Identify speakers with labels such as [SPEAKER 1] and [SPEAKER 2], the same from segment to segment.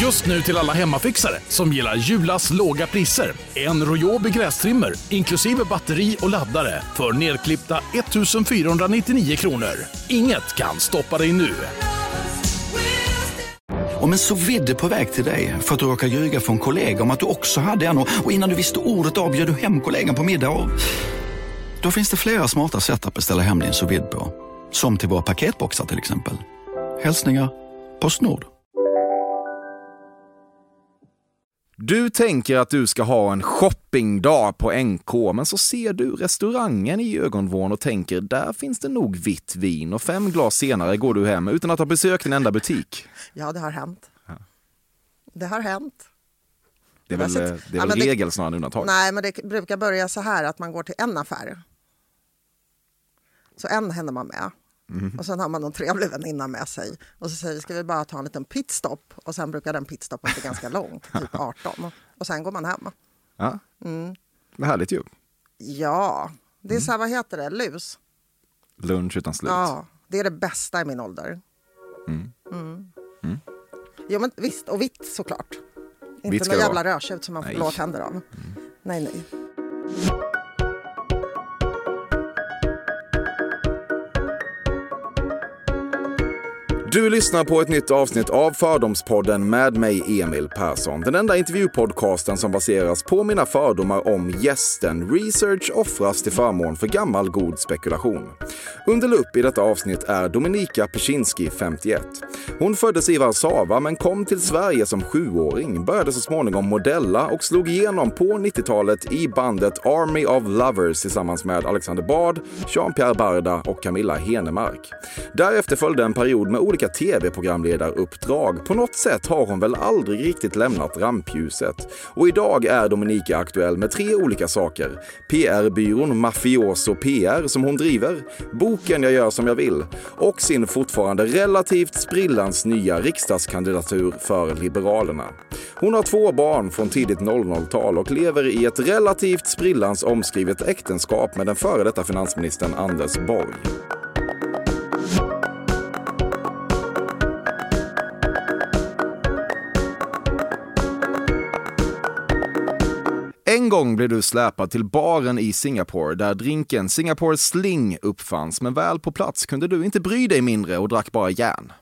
[SPEAKER 1] Just nu till alla hemmafixare som gillar Julas låga priser. En royobi grästrimmer inklusive batteri och laddare för nedklippta 1499 kronor. Inget kan stoppa dig nu.
[SPEAKER 2] Om en så vidde på väg till dig för att du råkar ljuga från kollega om att du också hade en och och innan du visste ordet av bjöd du hem kollegan på middag och... Då finns det flera smarta sätt att beställa hem din sous vide på. Som till våra paketboxar till exempel. Hälsningar Postnord.
[SPEAKER 3] Du tänker att du ska ha en shoppingdag på NK, men så ser du restaurangen i ögonvrån och tänker där finns det nog vitt vin och fem glas senare går du hem utan att ha besökt en enda butik.
[SPEAKER 4] Ja, det har hänt. Det har hänt.
[SPEAKER 3] Det är väl,
[SPEAKER 4] Jag har
[SPEAKER 3] det
[SPEAKER 4] sett-
[SPEAKER 3] är
[SPEAKER 4] Ja,
[SPEAKER 3] väl
[SPEAKER 4] men det-
[SPEAKER 3] regel snarare än undantag.
[SPEAKER 4] Nej, men det brukar börja så här att man går till en affär. Så en händer man med.
[SPEAKER 3] Mhm.
[SPEAKER 4] Och sen har man någon trevlig väninna med sig. Och så säger ska vi bara ta en liten pitstop? Och sen brukar den pitstoppen bli ganska lång, typ 18. Och sen går man hem.
[SPEAKER 3] Ja.
[SPEAKER 4] Mm.
[SPEAKER 3] Det är härligt ju.
[SPEAKER 4] Ja, det är
[SPEAKER 3] Mm.
[SPEAKER 4] så här, vad heter det, lus?
[SPEAKER 3] Lunch utan slut.
[SPEAKER 4] Ja, det är det bästa i min ålder. Mm. Jo, men visst, och vitt såklart.
[SPEAKER 3] Vitt
[SPEAKER 4] Inte
[SPEAKER 3] ska
[SPEAKER 4] någon
[SPEAKER 3] det
[SPEAKER 4] jävla
[SPEAKER 3] vara.
[SPEAKER 4] rödtjut som man får
[SPEAKER 3] Nej. Mm.
[SPEAKER 4] blå tänder av. Nej, nej.
[SPEAKER 3] Du lyssnar på ett nytt avsnitt av Fördomspodden med mig Emil Persson. Den enda intervjupodcasten som baseras på mina fördomar om gästen. Research offras till förmån för gammal god spekulation. Under lupp i detta avsnitt är Dominika Peczynski, 51. Hon föddes i Warszawa men kom till Sverige som sjuåring, började så småningom modella och slog igenom på 90-talet i bandet Army of Lovers tillsammans med Alexander Bard, Jean-Pierre Barda och Camilla Henemark. Därefter följde en period med olika tv-programledaruppdrag. På något sätt har hon väl aldrig riktigt lämnat rampljuset. Och idag är Dominika aktuell med tre olika saker. PR-byrån Mafioso PR som hon driver, boken Jag gör som jag vill och sin fortfarande relativt sprillans nya riksdagskandidatur för Liberalerna. Hon har två barn från tidigt 00-tal och lever i ett relativt sprillans omskrivet äktenskap med den före detta finansministern Anders Borg. En gång blev du släpad till baren i Singapore där drinken Singapore Sling uppfanns, men väl på plats kunde du inte bry dig mindre och drack bara järn.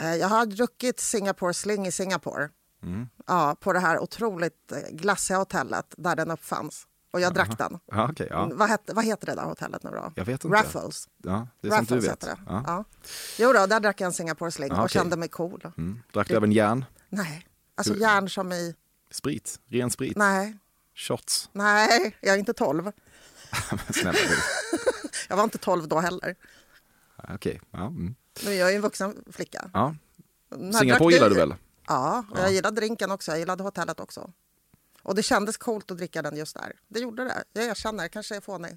[SPEAKER 4] Eh, Jag har druckit Singapore Sling i Singapore.
[SPEAKER 3] Mm.
[SPEAKER 4] Ja, på det här otroligt eh, glassiga hotellet där den uppfanns. Och jag drack den.
[SPEAKER 3] Ja, okej. ja.
[SPEAKER 4] Vad, hette, vad heter det där hotellet nu då?
[SPEAKER 3] Jag vet inte.
[SPEAKER 4] Raffles.
[SPEAKER 3] ja, det är sånt
[SPEAKER 4] Raffles
[SPEAKER 3] du vet.
[SPEAKER 4] heter det.
[SPEAKER 3] Ja.
[SPEAKER 4] Ja. Jo då, där drack jag en Singapore Sling
[SPEAKER 3] Ja,
[SPEAKER 4] och
[SPEAKER 3] okej.
[SPEAKER 4] kände mig cool.
[SPEAKER 3] Mm. Drack du även järn?
[SPEAKER 4] Nej, alltså järn som i...
[SPEAKER 3] Sprit? Ren sprit?
[SPEAKER 4] Nej,
[SPEAKER 3] Shots?
[SPEAKER 4] nej, jag är inte 12.
[SPEAKER 3] Snälla du.
[SPEAKER 4] Jag var inte 12 då heller.
[SPEAKER 3] Ja, Okej. Ja. Mm.
[SPEAKER 4] Nu är jag ju en vuxen flicka.
[SPEAKER 3] Ja.
[SPEAKER 4] När drack
[SPEAKER 3] Singapore gillar du väl?
[SPEAKER 4] Ja, och jag gillade drinken också. Jag gillade hotellet också. Och det kändes coolt att dricka den just där. Det gjorde det. Jag erkänner, jag kanske är fånig.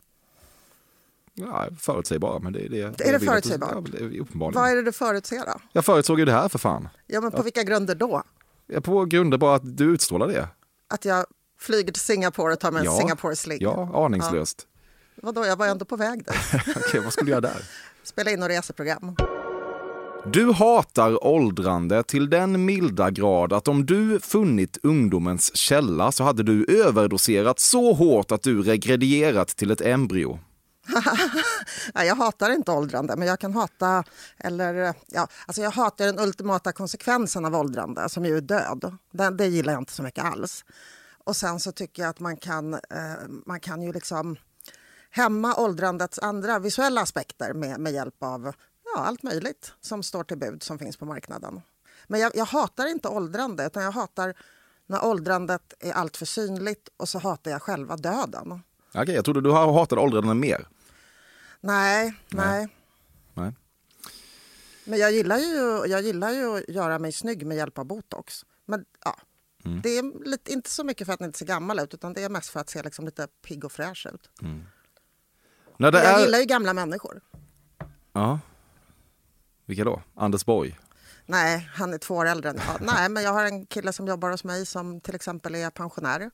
[SPEAKER 3] Ja, förutsägbara. Men det, är det,
[SPEAKER 4] det
[SPEAKER 3] jag vill att du-
[SPEAKER 4] förutsägbart?
[SPEAKER 3] Ja, det är uppenbarligen.
[SPEAKER 4] Vad är det du förutser då?
[SPEAKER 3] Jag förutsåg ju det här för fan.
[SPEAKER 4] Ja, men på vilka grunder då?
[SPEAKER 3] Jag På grunder bara att du utstrålar det.
[SPEAKER 4] Att jag flyger till Singapore och tar med en
[SPEAKER 3] Ja.
[SPEAKER 4] Singapore sling?
[SPEAKER 3] Ja, aningslöst.
[SPEAKER 4] Vadå, jag var ändå på väg dit.
[SPEAKER 3] Okej, vad skulle jag göra där?
[SPEAKER 4] Spela in några reseprogram.
[SPEAKER 3] Du hatar åldrande till den milda grad att om du funnit ungdomens källa så hade du överdoserat så hårt att du regredierat till ett embryo.
[SPEAKER 4] Nej, jag hatar inte åldrande, men jag kan hata... Eller, ja, alltså jag hatar den ultimata konsekvensen av åldrande, som ju är död. Den, det gillar jag inte så mycket alls. Och sen så tycker jag att man kan, eh, man kan ju liksom hämma åldrandets andra visuella aspekter med, med hjälp av ja, allt möjligt som står till bud som finns på marknaden. Men jag, jag hatar inte åldrande, utan jag hatar när åldrandet är alltför synligt och så hatar jag själva döden.
[SPEAKER 3] Okej, jag trodde du har hatat åldrande mer.
[SPEAKER 4] Nej, nej.
[SPEAKER 3] Nej.
[SPEAKER 4] Men jag gillar, ju, jag gillar ju att göra mig snygg med hjälp av botox. Men ja,
[SPEAKER 3] Mm.
[SPEAKER 4] det är lite, inte så mycket för att den inte ser gammal ut utan det är mest för att se liksom lite pigg och fräsch ut.
[SPEAKER 3] När det
[SPEAKER 4] Men Jag
[SPEAKER 3] är...
[SPEAKER 4] gillar ju gamla människor.
[SPEAKER 3] Ja. Vilka då? Anders Borg?
[SPEAKER 4] Nej, han är två år äldre än jag. Nej, men jag har en kille som jobbar hos mig som till exempel är pensionär.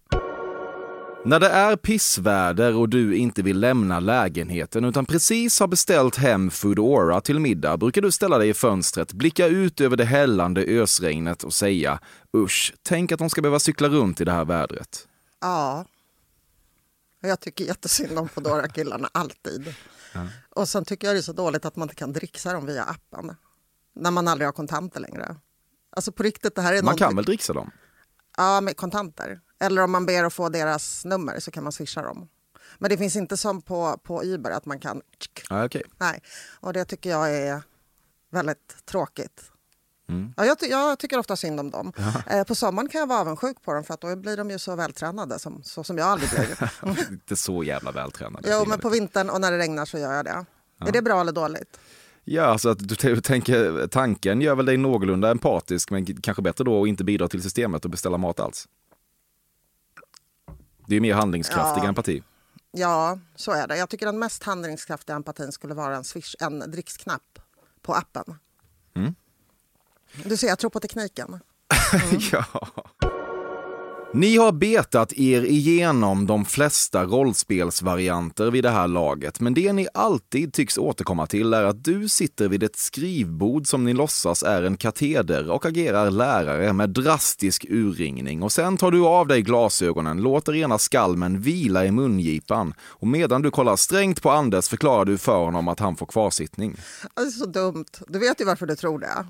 [SPEAKER 3] När det är pissväder och du inte vill lämna lägenheten utan precis har beställt hem Foodora till middag brukar du ställa dig i fönstret, blicka ut över det hällande ösregnet och säga usch, tänk att de ska behöva cykla runt i det här vädret.
[SPEAKER 4] Ja. Och Jag tycker jättesynd om Foodora-killarna, alltid. Och sen tycker jag det är så dåligt att man inte kan dricksa dem via appen. När man aldrig har kontanter längre. Alltså på riktigt, det här
[SPEAKER 3] Man
[SPEAKER 4] är
[SPEAKER 3] kan
[SPEAKER 4] någonting-
[SPEAKER 3] väl dricksa dem?
[SPEAKER 4] Ja, med kontanter. Eller om man ber att få deras nummer så kan man swisha dem. Men det finns inte som på, på Uber att man kan...
[SPEAKER 3] Ja, okej.
[SPEAKER 4] Nej, och det tycker jag är väldigt tråkigt. Ja, jag, ty- jag tycker ofta synd om dem. Eh, på sommaren kan jag vara avundsjuk på dem för att då blir de ju så vältränade som, så som jag aldrig blir.
[SPEAKER 3] Inte så jävla vältränade.
[SPEAKER 4] jo, men på vintern och när det regnar så gör jag det. Är det bra eller dåligt?
[SPEAKER 3] Ja, alltså att du t- tänker, tanken gör väl dig någorlunda empatisk, men k- kanske bättre då att inte bidra till systemet och beställa mat alls. Det är ju mer handlingskraftig
[SPEAKER 4] Ja.
[SPEAKER 3] empati.
[SPEAKER 4] Ja, så är det. Jag tycker den mest handlingskraftiga empatin skulle vara en, swish, en dricksknapp på appen.
[SPEAKER 3] Mm.
[SPEAKER 4] Du ser, jag tror på tekniken.
[SPEAKER 3] ja. Ni har betat er igenom de flesta rollspelsvarianter vid det här laget, men det ni alltid tycks återkomma till är att du sitter vid ett skrivbord som ni låtsas är en kateder och agerar lärare med drastisk urringning. Och sen tar du av dig glasögonen, låter ena skalmen vila i mungipan och medan du kollar strängt på Anders förklarar du för honom att han får kvarsittning.
[SPEAKER 4] Ja, Det är så dumt. Du vet ju varför du tror det.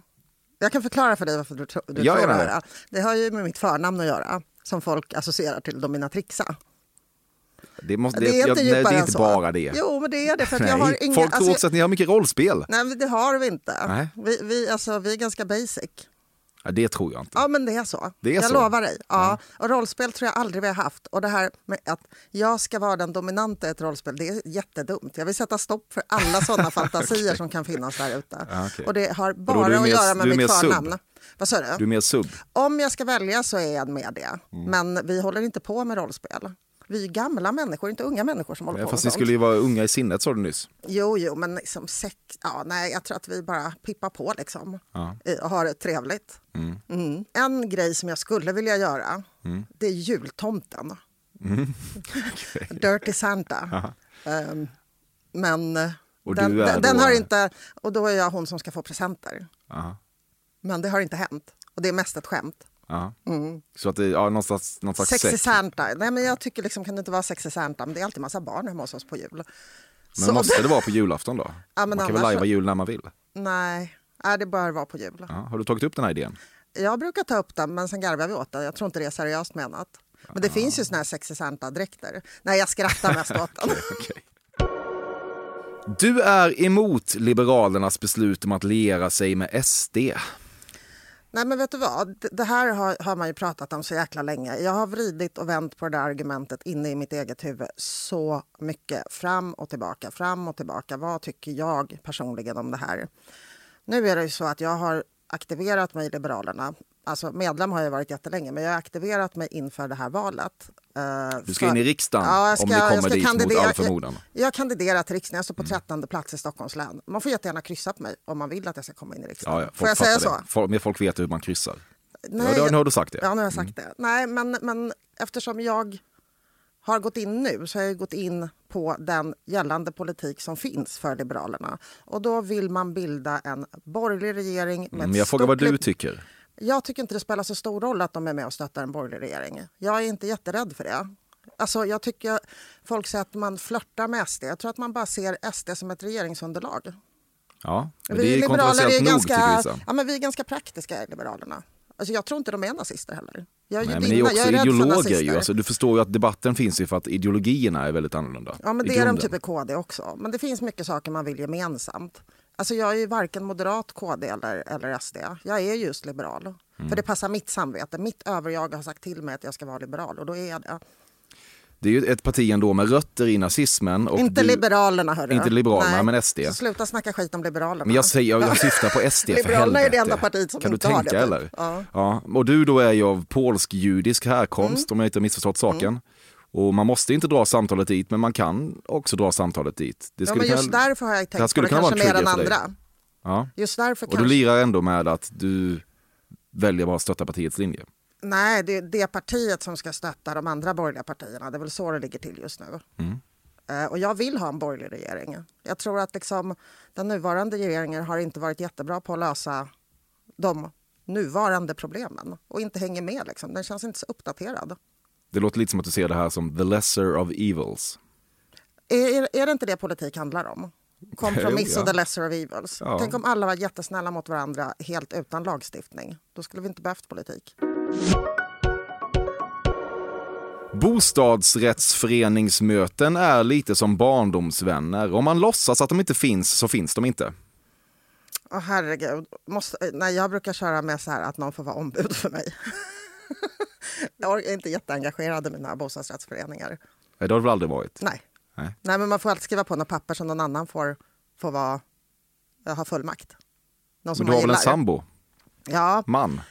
[SPEAKER 4] Jag kan förklara för dig varför du, tro, du
[SPEAKER 3] Ja,
[SPEAKER 4] tror
[SPEAKER 3] gärna
[SPEAKER 4] det.
[SPEAKER 3] det.
[SPEAKER 4] här. Det har ju med mitt förnamn att göra, som folk associerar till dominatrixa.
[SPEAKER 3] Det, måste,
[SPEAKER 4] Det är inte
[SPEAKER 3] nej,
[SPEAKER 4] djupare
[SPEAKER 3] det är
[SPEAKER 4] än
[SPEAKER 3] inte
[SPEAKER 4] så.
[SPEAKER 3] bara det.
[SPEAKER 4] Jo, men det är det. För att jag har inga,
[SPEAKER 3] Folk tror
[SPEAKER 4] alltså,
[SPEAKER 3] också att ni har mycket rollspel.
[SPEAKER 4] Nej, men det har vi inte.
[SPEAKER 3] Nej.
[SPEAKER 4] Vi, vi, alltså, vi är ganska basic.
[SPEAKER 3] Ja, det tror jag inte.
[SPEAKER 4] Ja, men det är så.
[SPEAKER 3] Det är
[SPEAKER 4] jag
[SPEAKER 3] så.
[SPEAKER 4] lovar dig. Ja. Och rollspel tror jag aldrig vi har haft. Och det här med att jag ska vara den dominanta i ett rollspel, det är jättedumt. Jag vill sätta stopp för alla sådana fantasier som kan finnas där ute.
[SPEAKER 3] Ja, okej.
[SPEAKER 4] Och det har
[SPEAKER 3] då är du
[SPEAKER 4] bara att
[SPEAKER 3] mer-
[SPEAKER 4] göra med
[SPEAKER 3] du är mer
[SPEAKER 4] mitt
[SPEAKER 3] sub.
[SPEAKER 4] förnamn. Vad sa
[SPEAKER 3] Du är mer Mm. sub.
[SPEAKER 4] Om jag ska välja så är jag med det. Men vi håller inte på med rollspel. Vi är gamla människor, inte unga människor som håller på med
[SPEAKER 3] Fast ni
[SPEAKER 4] sånt.
[SPEAKER 3] skulle ju vara unga i sinnet sa du nyss.
[SPEAKER 4] Jo, jo, men liksom sex... Ja, nej, jag tror att vi bara pippar på liksom.
[SPEAKER 3] Ja.
[SPEAKER 4] Eh, Och har det trevligt. Mm. En grej som jag skulle vilja göra,
[SPEAKER 3] Mm.
[SPEAKER 4] det är jultomten. Dirty Santa. Ehm, men eh,
[SPEAKER 3] Och du
[SPEAKER 4] den,
[SPEAKER 3] är
[SPEAKER 4] den, den
[SPEAKER 3] då-
[SPEAKER 4] har inte... Och då är jag hon som ska få presenter.
[SPEAKER 3] Aha.
[SPEAKER 4] Men det har inte hänt. Och det är mest ett skämt.
[SPEAKER 3] Aha.
[SPEAKER 4] Mm.
[SPEAKER 3] Så att det ja, någon slags, någon slags
[SPEAKER 4] Sexy
[SPEAKER 3] sex.
[SPEAKER 4] Santa. Nej, men jag tycker liksom, kan det inte vara Sexy Santa? Men det är alltid massa barn hemma hos oss på jul.
[SPEAKER 3] Men måste det vara på julafton då?
[SPEAKER 4] men
[SPEAKER 3] man kan väl
[SPEAKER 4] annars-
[SPEAKER 3] lajva jul när man vill?
[SPEAKER 4] Nej, nej, det bör vara på jul.
[SPEAKER 3] Ja. Har du tagit upp den här idén?
[SPEAKER 4] Jag brukar ta upp den, men sen garvar vi åt det. Jag tror inte det är seriöst menat. Men
[SPEAKER 3] Ah.
[SPEAKER 4] det finns ju såna här Sexy Santa-dräkter. Nej, jag skrattar mest åt den.
[SPEAKER 3] Okej. Du är emot Liberalernas beslut om att liera sig med SD.
[SPEAKER 4] Nej, men vet du vad? D- Det här har, har man ju pratat om så jäkla länge. Jag har vridit och vänt på det där argumentet inne i mitt eget huvud så mycket. Fram och tillbaka, fram och tillbaka. Vad tycker jag personligen om det här? Nu är det ju så att jag har aktiverat mig i Liberalerna. Alltså medlem har jag varit jättelänge, men jag har aktiverat mig inför det här valet. eh,
[SPEAKER 3] Du ska
[SPEAKER 4] för-
[SPEAKER 3] in i riksdagen
[SPEAKER 4] Ja, jag
[SPEAKER 3] om
[SPEAKER 4] ska-
[SPEAKER 3] ni
[SPEAKER 4] jag
[SPEAKER 3] kommer
[SPEAKER 4] ska
[SPEAKER 3] dit mot
[SPEAKER 4] kandidera-
[SPEAKER 3] all förmodan. Mm.
[SPEAKER 4] Jag, jag kandiderar till riksdagen, jag står på 13 plats i Stockholms län. Man får jättegärna kryssa på mig om man vill att jag ska komma in i riksdagen.
[SPEAKER 3] Ja, ja, folk
[SPEAKER 4] får jag
[SPEAKER 3] fattar
[SPEAKER 4] säga
[SPEAKER 3] det.
[SPEAKER 4] så?
[SPEAKER 3] Folk, men folk vet hur man kryssar. Ja, då- nu har du sagt det. Mm.
[SPEAKER 4] Ja, nu har jag sagt det. Nej, men, men eftersom jag har gått in nu så har jag gått in på den gällande politik som finns för Liberalerna. Och då vill man bilda en borgerlig regering. Med
[SPEAKER 3] Men
[SPEAKER 4] ett
[SPEAKER 3] Mm, jag frågar
[SPEAKER 4] stort
[SPEAKER 3] vad du
[SPEAKER 4] lib-
[SPEAKER 3] tycker.
[SPEAKER 4] Jag tycker inte det spelar så stor roll att de är med och stöttar en borgerlig regering. Jag är inte jätterädd för det. Alltså, jag tycker folk säger att man flörtar med SD. Jag tror att man bara ser SD som ett regeringsunderlag.
[SPEAKER 3] Ja, men det
[SPEAKER 4] Vi
[SPEAKER 3] är
[SPEAKER 4] liberaler
[SPEAKER 3] kontroversiellt
[SPEAKER 4] är
[SPEAKER 3] nog tycker
[SPEAKER 4] ganska,
[SPEAKER 3] vissa.
[SPEAKER 4] ja, men vi är ganska praktiska i Liberalerna. Alltså, jag tror inte de är nazister heller. Jag är
[SPEAKER 3] Nej,
[SPEAKER 4] ju
[SPEAKER 3] men ni är
[SPEAKER 4] blinda, jag
[SPEAKER 3] också
[SPEAKER 4] är rädd för
[SPEAKER 3] ideologer ju.
[SPEAKER 4] nazister.
[SPEAKER 3] Alltså, du förstår ju att debatten finns ju för att ideologierna är väldigt annorlunda.
[SPEAKER 4] ja, men
[SPEAKER 3] i
[SPEAKER 4] det är de
[SPEAKER 3] grunden.
[SPEAKER 4] typ i KD också. Men det finns mycket saker man vill gemensamt. Alltså, jag är ju varken moderat, KD eller, eller SD. Jag är just liberal. För
[SPEAKER 3] Mm.
[SPEAKER 4] det passar mitt samvete. Mitt överjag har sagt till mig att jag ska vara liberal och då är jag det.
[SPEAKER 3] Det är ju ett parti ändå med rötter i nazismen. Och
[SPEAKER 4] inte
[SPEAKER 3] du,
[SPEAKER 4] Liberalerna hörru.
[SPEAKER 3] Inte Liberalerna, men SD.
[SPEAKER 4] Så sluta snacka skit om Liberalerna.
[SPEAKER 3] Men jag, säger, jag, jag syftar på SD för
[SPEAKER 4] Liberalerna är
[SPEAKER 3] helvete.
[SPEAKER 4] det enda partiet som
[SPEAKER 3] Kan
[SPEAKER 4] inte
[SPEAKER 3] du
[SPEAKER 4] har
[SPEAKER 3] tänka
[SPEAKER 4] det, typ.
[SPEAKER 3] eller?
[SPEAKER 4] Ja.
[SPEAKER 3] Och du då är ju av polsk-judisk härkomst
[SPEAKER 4] Mm.
[SPEAKER 3] om jag inte har missförstått saken. Och man måste inte dra samtalet dit men man kan också dra samtalet dit. Det
[SPEAKER 4] ja, men just
[SPEAKER 3] kunna-
[SPEAKER 4] därför har jag
[SPEAKER 3] det här
[SPEAKER 4] tänkt på
[SPEAKER 3] skulle
[SPEAKER 4] det
[SPEAKER 3] kunna vara
[SPEAKER 4] kanske mer
[SPEAKER 3] en
[SPEAKER 4] än
[SPEAKER 3] trigger för dig.
[SPEAKER 4] andra.
[SPEAKER 3] Ja.
[SPEAKER 4] Just därför
[SPEAKER 3] Och du
[SPEAKER 4] kanske.
[SPEAKER 3] lirar ändå med att du väljer bara att stötta partiets linje.
[SPEAKER 4] Nej, det är det partiet som ska stötta de andra borgerliga partierna. Det är väl så det ligger till just nu.
[SPEAKER 3] Mm.
[SPEAKER 4] Eh, Och jag vill ha en borgerlig regering. Jag tror att liksom, den nuvarande regeringen har inte varit jättebra på att lösa de nuvarande problemen och inte hänger med. Liksom. Den känns inte så uppdaterad.
[SPEAKER 3] Det låter lite som att du ser det här som the lesser of evils.
[SPEAKER 4] Är, är det inte det politik handlar om? Kompromiss
[SPEAKER 3] Jo, ja.
[SPEAKER 4] och the lesser of evils.
[SPEAKER 3] Ja.
[SPEAKER 4] Tänk om alla var jättesnälla mot varandra helt utan lagstiftning. Då skulle vi inte behövt politik.
[SPEAKER 3] Bostadsrättsföreningsmöten är lite som barndomsvänner. Om man låtsas att de inte finns så finns de inte.
[SPEAKER 4] Åh herregud. Måste, nej, jag brukar köra med så här att någon får vara ombud för mig. jag är inte jätteengagerad i mina bostadsrättsföreningar.
[SPEAKER 3] Nej, Det har det väl aldrig varit?
[SPEAKER 4] Nej.
[SPEAKER 3] Nej.
[SPEAKER 4] men man får alltid skriva på något papper som någon annan får, får vara, eh, ha fullmakt. Någon
[SPEAKER 3] Men
[SPEAKER 4] som
[SPEAKER 3] du har
[SPEAKER 4] man
[SPEAKER 3] väl en
[SPEAKER 4] gillar.
[SPEAKER 3] sambo?
[SPEAKER 4] Ja,
[SPEAKER 3] Man?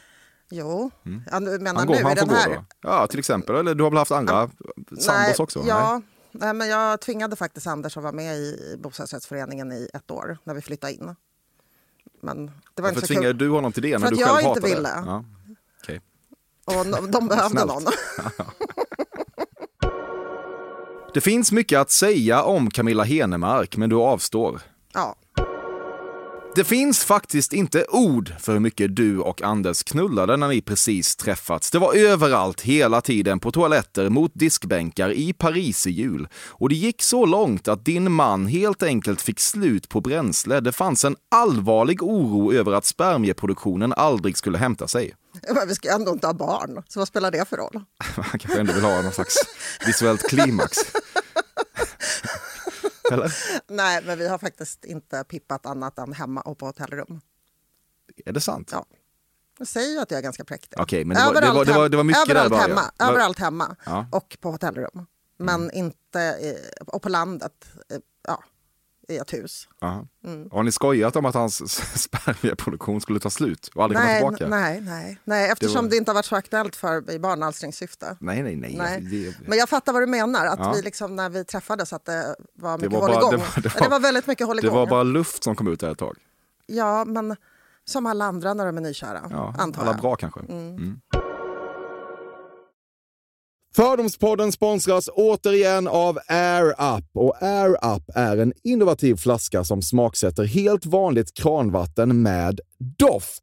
[SPEAKER 4] jo. Ja, nu menar
[SPEAKER 3] Han, går,
[SPEAKER 4] nu i
[SPEAKER 3] han får
[SPEAKER 4] den här.
[SPEAKER 3] gå då? Ja, till exempel. Eller du har väl haft andra sambos också?
[SPEAKER 4] Ja, nej. men jag tvingade faktiskt Anders att vara med i bostadsrättsföreningen i ett år när vi flyttade in. Men det var
[SPEAKER 3] Varför
[SPEAKER 4] inte så kul.
[SPEAKER 3] tvingade du honom till det när
[SPEAKER 4] För att
[SPEAKER 3] du
[SPEAKER 4] jag
[SPEAKER 3] själv
[SPEAKER 4] inte
[SPEAKER 3] hatade
[SPEAKER 4] ville.
[SPEAKER 3] det? Ja. okej.
[SPEAKER 4] Och de, de behövde
[SPEAKER 3] Snällt.
[SPEAKER 4] någon.
[SPEAKER 3] Det finns mycket att säga om Camilla Henemark, men du avstår.
[SPEAKER 4] Ja.
[SPEAKER 3] Det finns faktiskt inte ord för hur mycket du och Anders knullade när ni precis träffats. Det var överallt, hela tiden, på toaletter, mot diskbänkar, i Paris i jul. Och det gick så långt att din man helt enkelt fick slut på bränsle. Det fanns en allvarlig oro över att spermieproduktionen aldrig skulle hämta sig.
[SPEAKER 4] Men vi ska ju ändå inte ha barn, så vad spelar det för roll?
[SPEAKER 3] Han kanske ändå vill ha någon slags visuellt klimax. Eller?
[SPEAKER 4] Nej, men vi har faktiskt inte pippat annat än hemma och på hotellrum.
[SPEAKER 3] Är det sant?
[SPEAKER 4] Ja. Jag säger ju att jag är ganska präktig.
[SPEAKER 3] Okej, men det var- det var-
[SPEAKER 4] Överallt
[SPEAKER 3] det var-
[SPEAKER 4] hem-
[SPEAKER 3] det var mycket där i
[SPEAKER 4] överallt
[SPEAKER 3] början.
[SPEAKER 4] hemma,
[SPEAKER 3] Var-
[SPEAKER 4] överallt hemma
[SPEAKER 3] Ja. Mm.
[SPEAKER 4] och på hotellrum. Men inte i, och på landet, i, ja, i ett hus.
[SPEAKER 3] Aha.
[SPEAKER 4] Mm.
[SPEAKER 3] Har ni skojat om att hans spermieproduktion skulle ta slut och aldrig komma
[SPEAKER 4] Nej,
[SPEAKER 3] tillbaka?
[SPEAKER 4] nej, nej, nej, eftersom det,
[SPEAKER 3] var-
[SPEAKER 4] inte har varit så aktuellt för i barnalstringssyfte.
[SPEAKER 3] nej, nej. nej.
[SPEAKER 4] Nej.
[SPEAKER 3] Det,
[SPEAKER 4] Men jag fattar vad du menar, att
[SPEAKER 3] Ja.
[SPEAKER 4] vi liksom, när vi träffades att det var mycket
[SPEAKER 3] var bara-
[SPEAKER 4] hålligång.
[SPEAKER 3] det var- det
[SPEAKER 4] det
[SPEAKER 3] var-
[SPEAKER 4] var väldigt mycket
[SPEAKER 3] det
[SPEAKER 4] hålligång.
[SPEAKER 3] var bara luft som kom ut där ett tag.
[SPEAKER 4] Ja, men som alla andra när de är nykära,
[SPEAKER 3] Ja,
[SPEAKER 4] antar
[SPEAKER 3] alla
[SPEAKER 4] jag. Mm.
[SPEAKER 3] bra kanske. Mm.
[SPEAKER 5] Fördomspodden sponsras återigen av Air Up. Och Air Up är en innovativ flaska som smaksätter helt vanligt kranvatten med doft.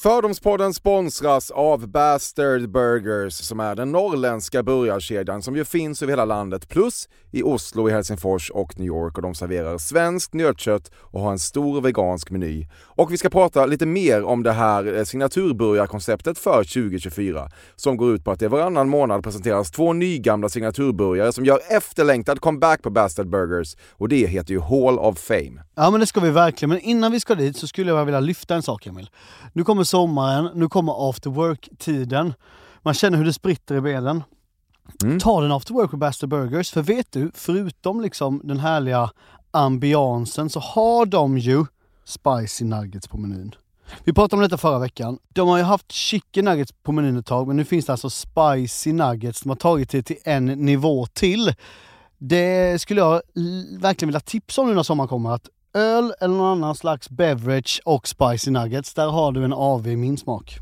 [SPEAKER 5] Fördomspodden sponsras av Bastard Burgers som är den norrländska burgarkedjan som ju finns över hela landet plus i Oslo, i Helsingfors och New York och de serverar svenskt nötkött och har en stor vegansk meny. Och vi ska prata lite mer om det här eh, signaturburgarkonceptet för 2024 som går ut på att det varannan månad presenteras två nygamla signaturburgare som gör efterlängtad comeback på Bastard Burgers och det heter ju Hall of Fame.
[SPEAKER 6] Ja, men det ska vi verkligen. Men innan vi ska dit så skulle jag vilja lyfta en sak, Emil. Nu kommer sommaren, nu kommer after work-tiden. Man känner hur det spritter i benen. Ta den after work på Bastard Burgers, för vet du, förutom liksom den härliga ambiansen så har de ju spicy nuggets på menyn. Vi pratade om detta förra veckan. De har ju haft chicken nuggets på menyn ett tag, men nu finns det alltså spicy nuggets. De har tagit det till en nivå till. Det skulle jag l- verkligen vilja tipsa om nu när sommaren kommer. Att öl eller någon annan slags beverage och spicy nuggets, där har du en AV i min smak.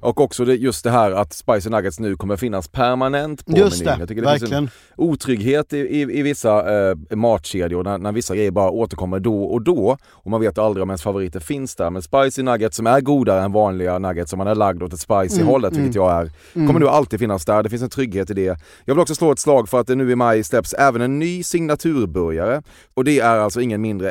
[SPEAKER 5] Och också det, just det här att Spicy Nuggets nu kommer finnas permanent på
[SPEAKER 6] Just
[SPEAKER 5] menyn.
[SPEAKER 6] det,
[SPEAKER 5] Jag tycker det
[SPEAKER 6] verkligen.
[SPEAKER 5] finns en otrygghet i, i, i vissa eh, matkedjor när, när vissa grejer bara återkommer då och då. Och man vet aldrig om ens favoriter finns där. Men Spicy Nuggets som är godare än vanliga nuggets som man är lagd åt ett spicy
[SPEAKER 6] Mm,
[SPEAKER 5] hållet, vilket jag är, kommer nu alltid finnas där. Det finns en trygghet i det. Jag vill också slå ett slag för att det nu i maj släpps även en ny signaturburgare. Och det är alltså ingen mindre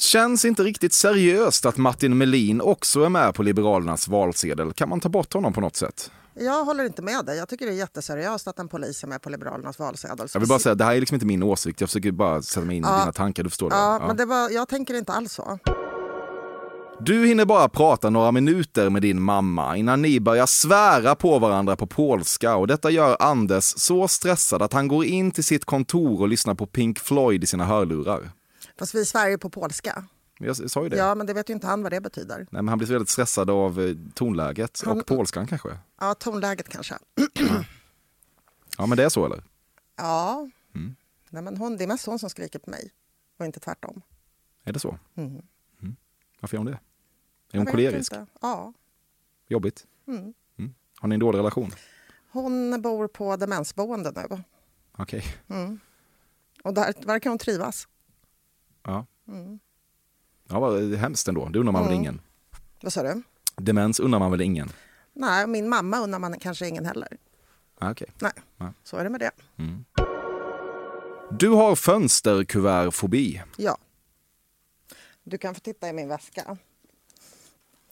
[SPEAKER 5] Känns inte riktigt seriöst att Martin Melin också är med på Liberalernas valsedel. Kan man ta bort honom på något sätt?
[SPEAKER 4] Jag håller inte med dig. Jag tycker det är jätteseriöst att en polis är med på Liberalernas valsedel.
[SPEAKER 5] Jag vill bara säga, det här är liksom inte min åsikt. Jag försöker bara sätta mig in i dina tankar, du förstår det?
[SPEAKER 4] Ja,
[SPEAKER 5] Ja.
[SPEAKER 4] men det var, jag tänker inte alls så.
[SPEAKER 5] Du hinner bara prata några minuter med din mamma innan ni börjar svära på varandra på polska och detta gör Anders så stressad att han går in till sitt kontor och lyssnar på Pink Floyd i sina hörlurar.
[SPEAKER 4] Fast vi svär ju på polska.
[SPEAKER 5] Jag s- sa ju det.
[SPEAKER 4] Ja, men det vet ju inte han vad det betyder.
[SPEAKER 5] Nej, men han blir så väldigt stressad av eh, tonläget och polskan kanske.
[SPEAKER 4] Ja, tonläget kanske.
[SPEAKER 5] Ja, men det är så eller?
[SPEAKER 4] Ja.
[SPEAKER 5] Mm.
[SPEAKER 4] Nej, men hon, det är mest hon som skriker på mig och inte tvärtom.
[SPEAKER 5] Är det så? Mm. Varför gör hon det? Är
[SPEAKER 4] Jag
[SPEAKER 5] hon
[SPEAKER 4] vet
[SPEAKER 5] kolerisk?
[SPEAKER 4] inte. Ja.
[SPEAKER 5] Jobbigt? Mm. Har ni en dålig relation?
[SPEAKER 4] Hon bor på demensboende nu
[SPEAKER 5] Okej.
[SPEAKER 4] och där verkar hon trivas.
[SPEAKER 5] Ja.
[SPEAKER 4] Mm.
[SPEAKER 5] Ja, vad hemskt ändå. Det undrar man väl ingen?
[SPEAKER 4] Vad sa du?
[SPEAKER 5] Demens undrar man väl ingen?
[SPEAKER 4] Nej, min mamma undrar man kanske ingen heller.
[SPEAKER 5] Ah, okej.
[SPEAKER 4] Nej,
[SPEAKER 5] Nej.
[SPEAKER 4] så är det med det.
[SPEAKER 5] Du har fönsterkuvertfobi.
[SPEAKER 4] Ja. Du kan få titta i min väska.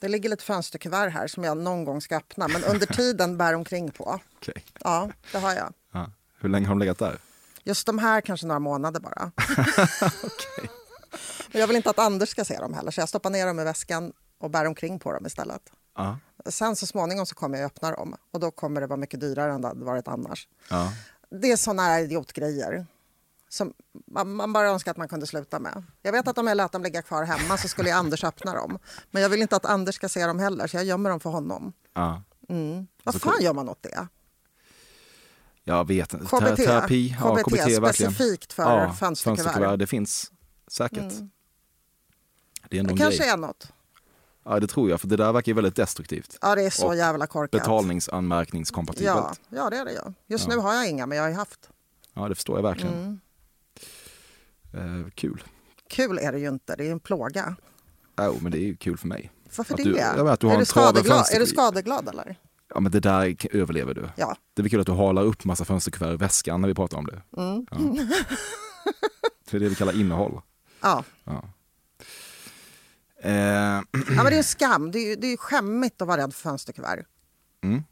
[SPEAKER 4] Det ligger lite fönsterkuvert här som jag någon gång ska öppna, men under tiden bär omkring på.
[SPEAKER 5] Okej.
[SPEAKER 4] Ja, det har jag.
[SPEAKER 5] Ja. Hur länge har de legat där?
[SPEAKER 4] Just de här kanske några månader bara. Men jag vill inte att Anders ska se dem heller, så jag stoppar ner dem i väskan och bär omkring på dem istället.
[SPEAKER 5] Ja.
[SPEAKER 4] Sen så småningom så kommer jag öppna dem och då kommer det vara mycket dyrare än det hade varit annars.
[SPEAKER 5] ja.
[SPEAKER 4] Det är såna här idiotgrejer. som man, man bara önskar att man kunde sluta med. Jag vet att om jag lät dem ligga kvar hemma så skulle ju Anders öppna dem. Men jag vill inte att Anders ska se dem heller så jag gömmer dem för honom.
[SPEAKER 3] Ja.
[SPEAKER 4] Mm. Vad fan gör man åt det?
[SPEAKER 3] Jag vet inte. Ter-
[SPEAKER 4] KBT,
[SPEAKER 3] terapi. Ja,
[SPEAKER 4] KBT,
[SPEAKER 3] KBT, verkligen.
[SPEAKER 4] specifikt för
[SPEAKER 3] ja,
[SPEAKER 4] fönsterkuvert.
[SPEAKER 3] Det finns säkert. Det är ändå
[SPEAKER 4] Det
[SPEAKER 3] en
[SPEAKER 4] kanske
[SPEAKER 3] grej.
[SPEAKER 4] är något.
[SPEAKER 3] Ja, det tror jag, för det där verkar ju väldigt destruktivt.
[SPEAKER 4] Ja, det är så
[SPEAKER 3] Och
[SPEAKER 4] jävla korkat.
[SPEAKER 3] Betalningsanmärkningskompatibelt.
[SPEAKER 4] ja,
[SPEAKER 3] Ja.
[SPEAKER 4] ja, det är det ju. Just nu har jag inga, men jag har ju haft.
[SPEAKER 3] det förstår jag verkligen.
[SPEAKER 4] Mm.
[SPEAKER 3] Eh, kul.
[SPEAKER 4] Kul är det ju inte, det är ju en plåga.
[SPEAKER 3] Jo, men det är ju kul för mig.
[SPEAKER 4] Varför
[SPEAKER 3] Att
[SPEAKER 4] det?
[SPEAKER 3] du- jag vet att du har
[SPEAKER 4] är,
[SPEAKER 3] en
[SPEAKER 4] du
[SPEAKER 3] trave
[SPEAKER 4] skadeglad,
[SPEAKER 3] fönster-
[SPEAKER 4] är du skadeglad eller?
[SPEAKER 3] Ja, men det där k- överlever du.
[SPEAKER 4] Ja.
[SPEAKER 3] Det är väl kul att du halar upp massa fönsterkuvert i väskan när vi pratar om det.
[SPEAKER 4] Mm.
[SPEAKER 3] Ja. Det är det vi kallar innehåll.
[SPEAKER 4] Ja.
[SPEAKER 3] Eh,
[SPEAKER 4] ja, men det är en skam. Det är, ju- det är ju skämmigt att vara rädd för fönsterkuvert.
[SPEAKER 3] Mm.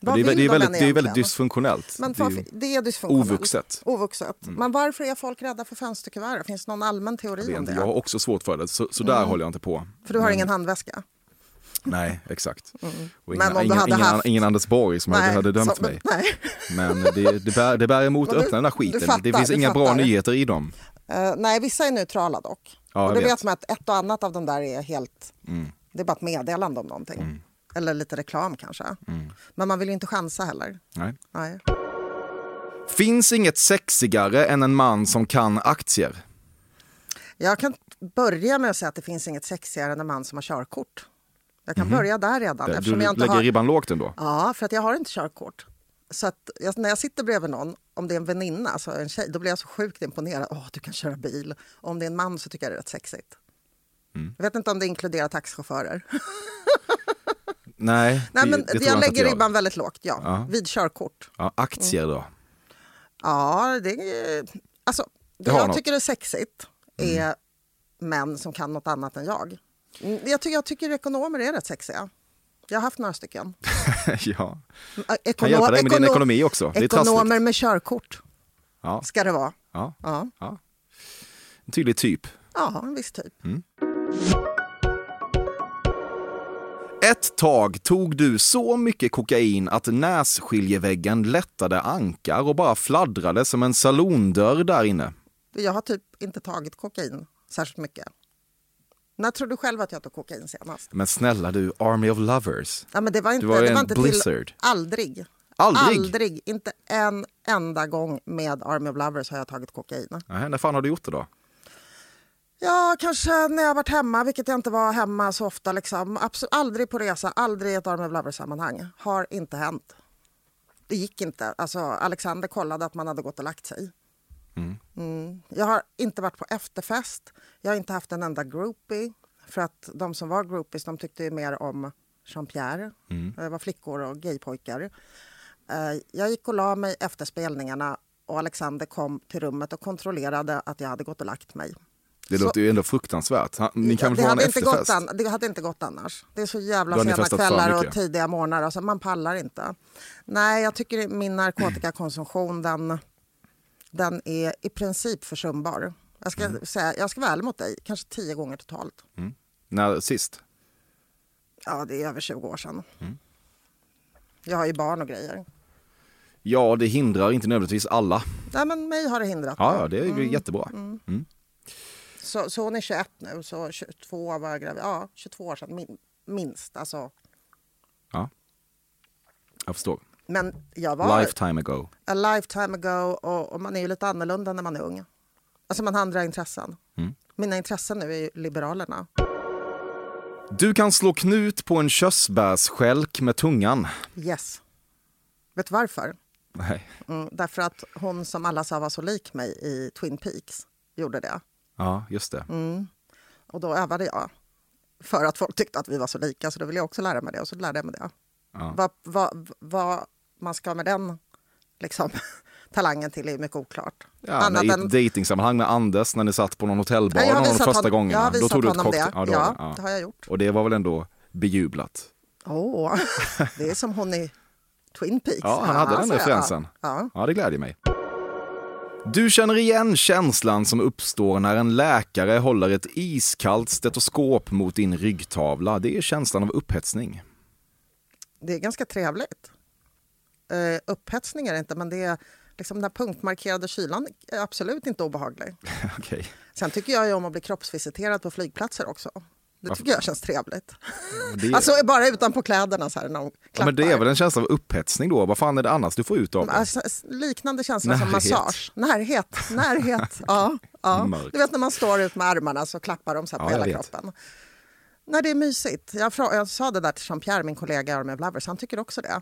[SPEAKER 4] Vad
[SPEAKER 3] det, är,
[SPEAKER 4] vill
[SPEAKER 3] det, är
[SPEAKER 4] de än
[SPEAKER 3] väldigt, det är väldigt
[SPEAKER 4] egentligen?
[SPEAKER 3] dysfunktionellt.
[SPEAKER 4] Men
[SPEAKER 3] det är
[SPEAKER 4] varför-
[SPEAKER 3] ju
[SPEAKER 4] det är dysfunktionellt.
[SPEAKER 3] ovuxet. Mm.
[SPEAKER 4] Ovuxet. Men varför är folk rädda för fönsterkuvert? Finns det någon allmän
[SPEAKER 3] Jag,
[SPEAKER 4] teori
[SPEAKER 3] vet
[SPEAKER 4] om
[SPEAKER 3] inte,
[SPEAKER 4] det?
[SPEAKER 3] jag har Mm. också svårt för det, så, så där
[SPEAKER 4] Mm.
[SPEAKER 3] håller jag inte på.
[SPEAKER 4] För du har ingen handväska?
[SPEAKER 3] Nej, exakt. Och
[SPEAKER 4] Mm. Men om du
[SPEAKER 3] ingen,
[SPEAKER 4] hade
[SPEAKER 3] ingen,
[SPEAKER 4] haft-
[SPEAKER 3] ingen Anders Borg som hade, hade dömt
[SPEAKER 4] så-
[SPEAKER 3] mig.
[SPEAKER 4] Nej.
[SPEAKER 3] Men det, det, bär, det bär emot att
[SPEAKER 4] Men du-
[SPEAKER 3] öppna den där
[SPEAKER 4] du
[SPEAKER 3] skiten. det
[SPEAKER 4] fattar,
[SPEAKER 3] finns
[SPEAKER 4] du
[SPEAKER 3] inga bra
[SPEAKER 4] fattar.
[SPEAKER 3] nyheter i dem.
[SPEAKER 4] Eh, nej, vissa är neutrala dock.
[SPEAKER 3] Ja, jag
[SPEAKER 4] och då vet.
[SPEAKER 3] vet. Mm.
[SPEAKER 4] man att ett och annat av de där är helt... Det är bara ett meddelande om någonting. Eller lite reklam kanske. Men man vill ju inte chansa heller.
[SPEAKER 3] Mm. Nej.
[SPEAKER 4] Nej.
[SPEAKER 3] Finns inget sexigare än en man som kan aktier?
[SPEAKER 4] Jag kan börja med att säga att det finns inget sexigare än en man som har körkort. Jag kan börja där redan.
[SPEAKER 3] Mhm. Du
[SPEAKER 4] eftersom jag inte
[SPEAKER 3] lägger
[SPEAKER 4] har...
[SPEAKER 3] ribban lågt ändå.
[SPEAKER 4] Ja, för att jag har inte körkort. Så att jag, när jag sitter bredvid någon, om det är en väninna, alltså en tjej, då blir jag så sjukt imponerad. Åh, du kan köra bil. Och om det är en man så tycker jag det är rätt sexigt.
[SPEAKER 3] Mm.
[SPEAKER 4] Jag vet inte om det inkluderar taxichaufförer.
[SPEAKER 3] Nej,
[SPEAKER 4] Nej,
[SPEAKER 3] det-
[SPEAKER 4] men
[SPEAKER 3] det tror
[SPEAKER 4] jag
[SPEAKER 3] inte att
[SPEAKER 4] lägger
[SPEAKER 3] det gör.
[SPEAKER 4] ribban Mm. väldigt lågt, ja.
[SPEAKER 3] Ja.
[SPEAKER 4] Vid körkort.
[SPEAKER 3] Ja, aktier då?
[SPEAKER 4] Ja, det är... Alltså, det,
[SPEAKER 3] har
[SPEAKER 4] jag
[SPEAKER 3] något.
[SPEAKER 4] tycker är sexigt är män som kan något annat än jag. Mm, Jag, ty- jag tycker ekonomer är rätt sexiga. Jag har haft några stycken.
[SPEAKER 3] ja.
[SPEAKER 4] Ä-
[SPEAKER 3] Kan hjälpa
[SPEAKER 4] ekono-
[SPEAKER 3] dig med din
[SPEAKER 4] ekono-
[SPEAKER 3] ekonomi också. Det är trassligt.
[SPEAKER 4] Ekonomer med körkort
[SPEAKER 3] Ja,
[SPEAKER 4] ska det vara.
[SPEAKER 3] ja,
[SPEAKER 4] Ja,
[SPEAKER 3] ja. En tydlig typ.
[SPEAKER 4] ja en viss typ.
[SPEAKER 3] Mm. Ett tag tog du så mycket kokain att nässkiljeväggen lättade ankar och bara fladdrade som en salondörr där inne.
[SPEAKER 4] Jag har typ inte tagit kokain särskilt mycket. När tror du själv att jag tog kokain senast?
[SPEAKER 3] Men snälla du, Army of Lovers.
[SPEAKER 4] Ja, men det var inte,
[SPEAKER 3] var ju
[SPEAKER 4] det
[SPEAKER 3] en
[SPEAKER 4] var inte
[SPEAKER 3] blizzard.
[SPEAKER 4] Till, aldrig.
[SPEAKER 3] Aldrig?
[SPEAKER 4] Aldrig. Inte en enda gång med Army of Lovers har jag tagit kokain.
[SPEAKER 3] Nej, när fan har du gjort det då?
[SPEAKER 4] Ja, kanske när jag varit hemma, vilket jag inte var hemma så ofta. Liksom. Absolut, aldrig på resa, aldrig i ett Army of Lovers-sammanhang. Har inte hänt. Det gick inte. Alltså, Alexander kollade att man hade gått och lagt sig. Mm. Jag har inte varit på efterfest. Jag har inte haft en enda groupie. För att de som var groupies de tyckte ju mer om Jean-Pierre. Det var flickor och gaypojkar. Eh, Jag gick och la mig efter spelningarna och Alexander kom till rummet och kontrollerade att jag hade gått och lagt mig.
[SPEAKER 3] Det
[SPEAKER 4] Så-
[SPEAKER 3] låter ju ändå fruktansvärt. Han- Ni kan väl
[SPEAKER 4] det,
[SPEAKER 3] få ha en
[SPEAKER 4] hade inte gått
[SPEAKER 3] efterfest?
[SPEAKER 4] an, det hade inte gått annars. Det är så jävla
[SPEAKER 3] Då hade ni
[SPEAKER 4] sena
[SPEAKER 3] festat för
[SPEAKER 4] kvällar
[SPEAKER 3] mycket.
[SPEAKER 4] och tidiga morgnar. Alltså, man pallar inte. Nej, jag tycker min narkotikakonsumtion den, den är i princip försumbar. Jag ska,
[SPEAKER 3] Mm.
[SPEAKER 4] säga, jag ska vara ärlig mot dig, kanske tio gånger totalt.
[SPEAKER 3] När sist?
[SPEAKER 4] Ja, det är över 20 år sedan.
[SPEAKER 3] Mm.
[SPEAKER 4] Jag har ju barn och grejer.
[SPEAKER 3] Ja, det hindrar inte nödvändigtvis alla.
[SPEAKER 4] Nej, men mig har det hindrat.
[SPEAKER 3] Ja, ja det är ju jättebra. Mm.
[SPEAKER 4] Så, så hon är 21 nu, så 22 var jag gravid. Ja, 22 år sedan min, minst. Alltså.
[SPEAKER 3] Ja. Jag förstår.
[SPEAKER 4] Men jag var...
[SPEAKER 3] Lifetime ago.
[SPEAKER 4] a lifetime ago och, och man är ju lite annorlunda när man är ung. Alltså man har andra intressen.
[SPEAKER 3] Mm.
[SPEAKER 4] Mina intressen nu är ju Liberalerna.
[SPEAKER 3] Du kan slå knut på en körsbärsstjälk med tungan.
[SPEAKER 4] Yes. Vet du varför?
[SPEAKER 3] Nej.
[SPEAKER 4] Mm, därför att hon som alla sa var så lik mig i Twin Peaks gjorde det.
[SPEAKER 3] Ja, just det.
[SPEAKER 4] Och då övade jag. För att folk tyckte att vi var så lika, så då ville jag också lära mig det. Och så lärde jag mig det.
[SPEAKER 3] Ja.
[SPEAKER 4] Vad, vad, vad man ska med den liksom, talangen till är mycket oklart.
[SPEAKER 3] Ja, men I ett dejtingsammanhang med Anders när ni satt på någon hotellbar någon av de första
[SPEAKER 4] hon-
[SPEAKER 3] gången.
[SPEAKER 4] jag har
[SPEAKER 3] Då
[SPEAKER 4] visat
[SPEAKER 3] tog du ett
[SPEAKER 4] honom
[SPEAKER 3] cocktail.
[SPEAKER 4] det.
[SPEAKER 3] Ja, då,
[SPEAKER 4] ja,
[SPEAKER 3] ja.
[SPEAKER 4] det har jag gjort.
[SPEAKER 3] Och det var väl ändå bejublat.
[SPEAKER 4] Åh, det är som hon i Twin Peaks.
[SPEAKER 3] Ja, han hade den
[SPEAKER 4] så-
[SPEAKER 3] referensen.
[SPEAKER 4] Ja,
[SPEAKER 3] Ja, det glädjer mig. Du känner igen känslan som uppstår när en läkare håller ett iskallt stetoskop mot din ryggtavla. Det är känslan av upphetsning.
[SPEAKER 4] det Eh, är ganska trevligt. Uh, upphetsning är det inte, men det är liksom den punktmarkerade kylan är absolut inte obehaglig.
[SPEAKER 3] Okej.
[SPEAKER 4] Sen tycker jag ju om att bli kroppsvisiterad på flygplatser också. Det tycker jag känns trevligt.
[SPEAKER 3] Det-
[SPEAKER 4] Alltså bara utanpå kläderna så här när de klappar.
[SPEAKER 3] Ja, men det är väl en känsla av upphetsning då? Vad fan är det annars du får ut av det?
[SPEAKER 4] Alltså, s- liknande känsla
[SPEAKER 3] Närhet. Mm,
[SPEAKER 4] som massage. Närhet. Närhet. ja, ja.
[SPEAKER 3] Mörkt.
[SPEAKER 4] Du vet när man står ut med armarna så klappar de så här på
[SPEAKER 3] Ja, jag
[SPEAKER 4] hela
[SPEAKER 3] vet.
[SPEAKER 4] kroppen. Nej, det är mysigt. Jag, fra- jag sa det där till Jean-Pierre, min kollega i Army of Lovers. Han tycker också det.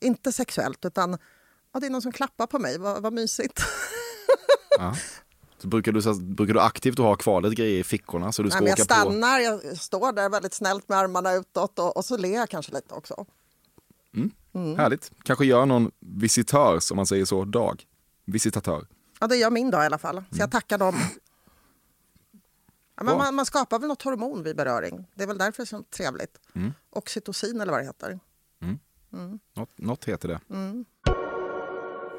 [SPEAKER 4] Inte sexuellt, utan ja, det är någon som klappar på mig. Vad, vad mysigt.
[SPEAKER 3] Så Brukar, du, så- brukar du aktivt ha kvar lite grejer i fickorna så du ska
[SPEAKER 4] Nej, men jag
[SPEAKER 3] åka på?
[SPEAKER 4] stannar, jag står där väldigt snällt med armarna utåt och, och så ler jag kanske lite också. Mm.
[SPEAKER 3] Härligt. Kanske gör någon visitör, som man säger så, dag. Visitatör.
[SPEAKER 4] Ja, det gör min dag i alla fall, så jag tackar dem. Ja, men
[SPEAKER 3] Mm. Bra.
[SPEAKER 4] man, man skapar väl något hormon vid beröring. Det är väl därför det är så trevligt.
[SPEAKER 3] Mm.
[SPEAKER 4] Oxytocin eller vad det heter.
[SPEAKER 3] Något, något heter det.
[SPEAKER 4] Mm.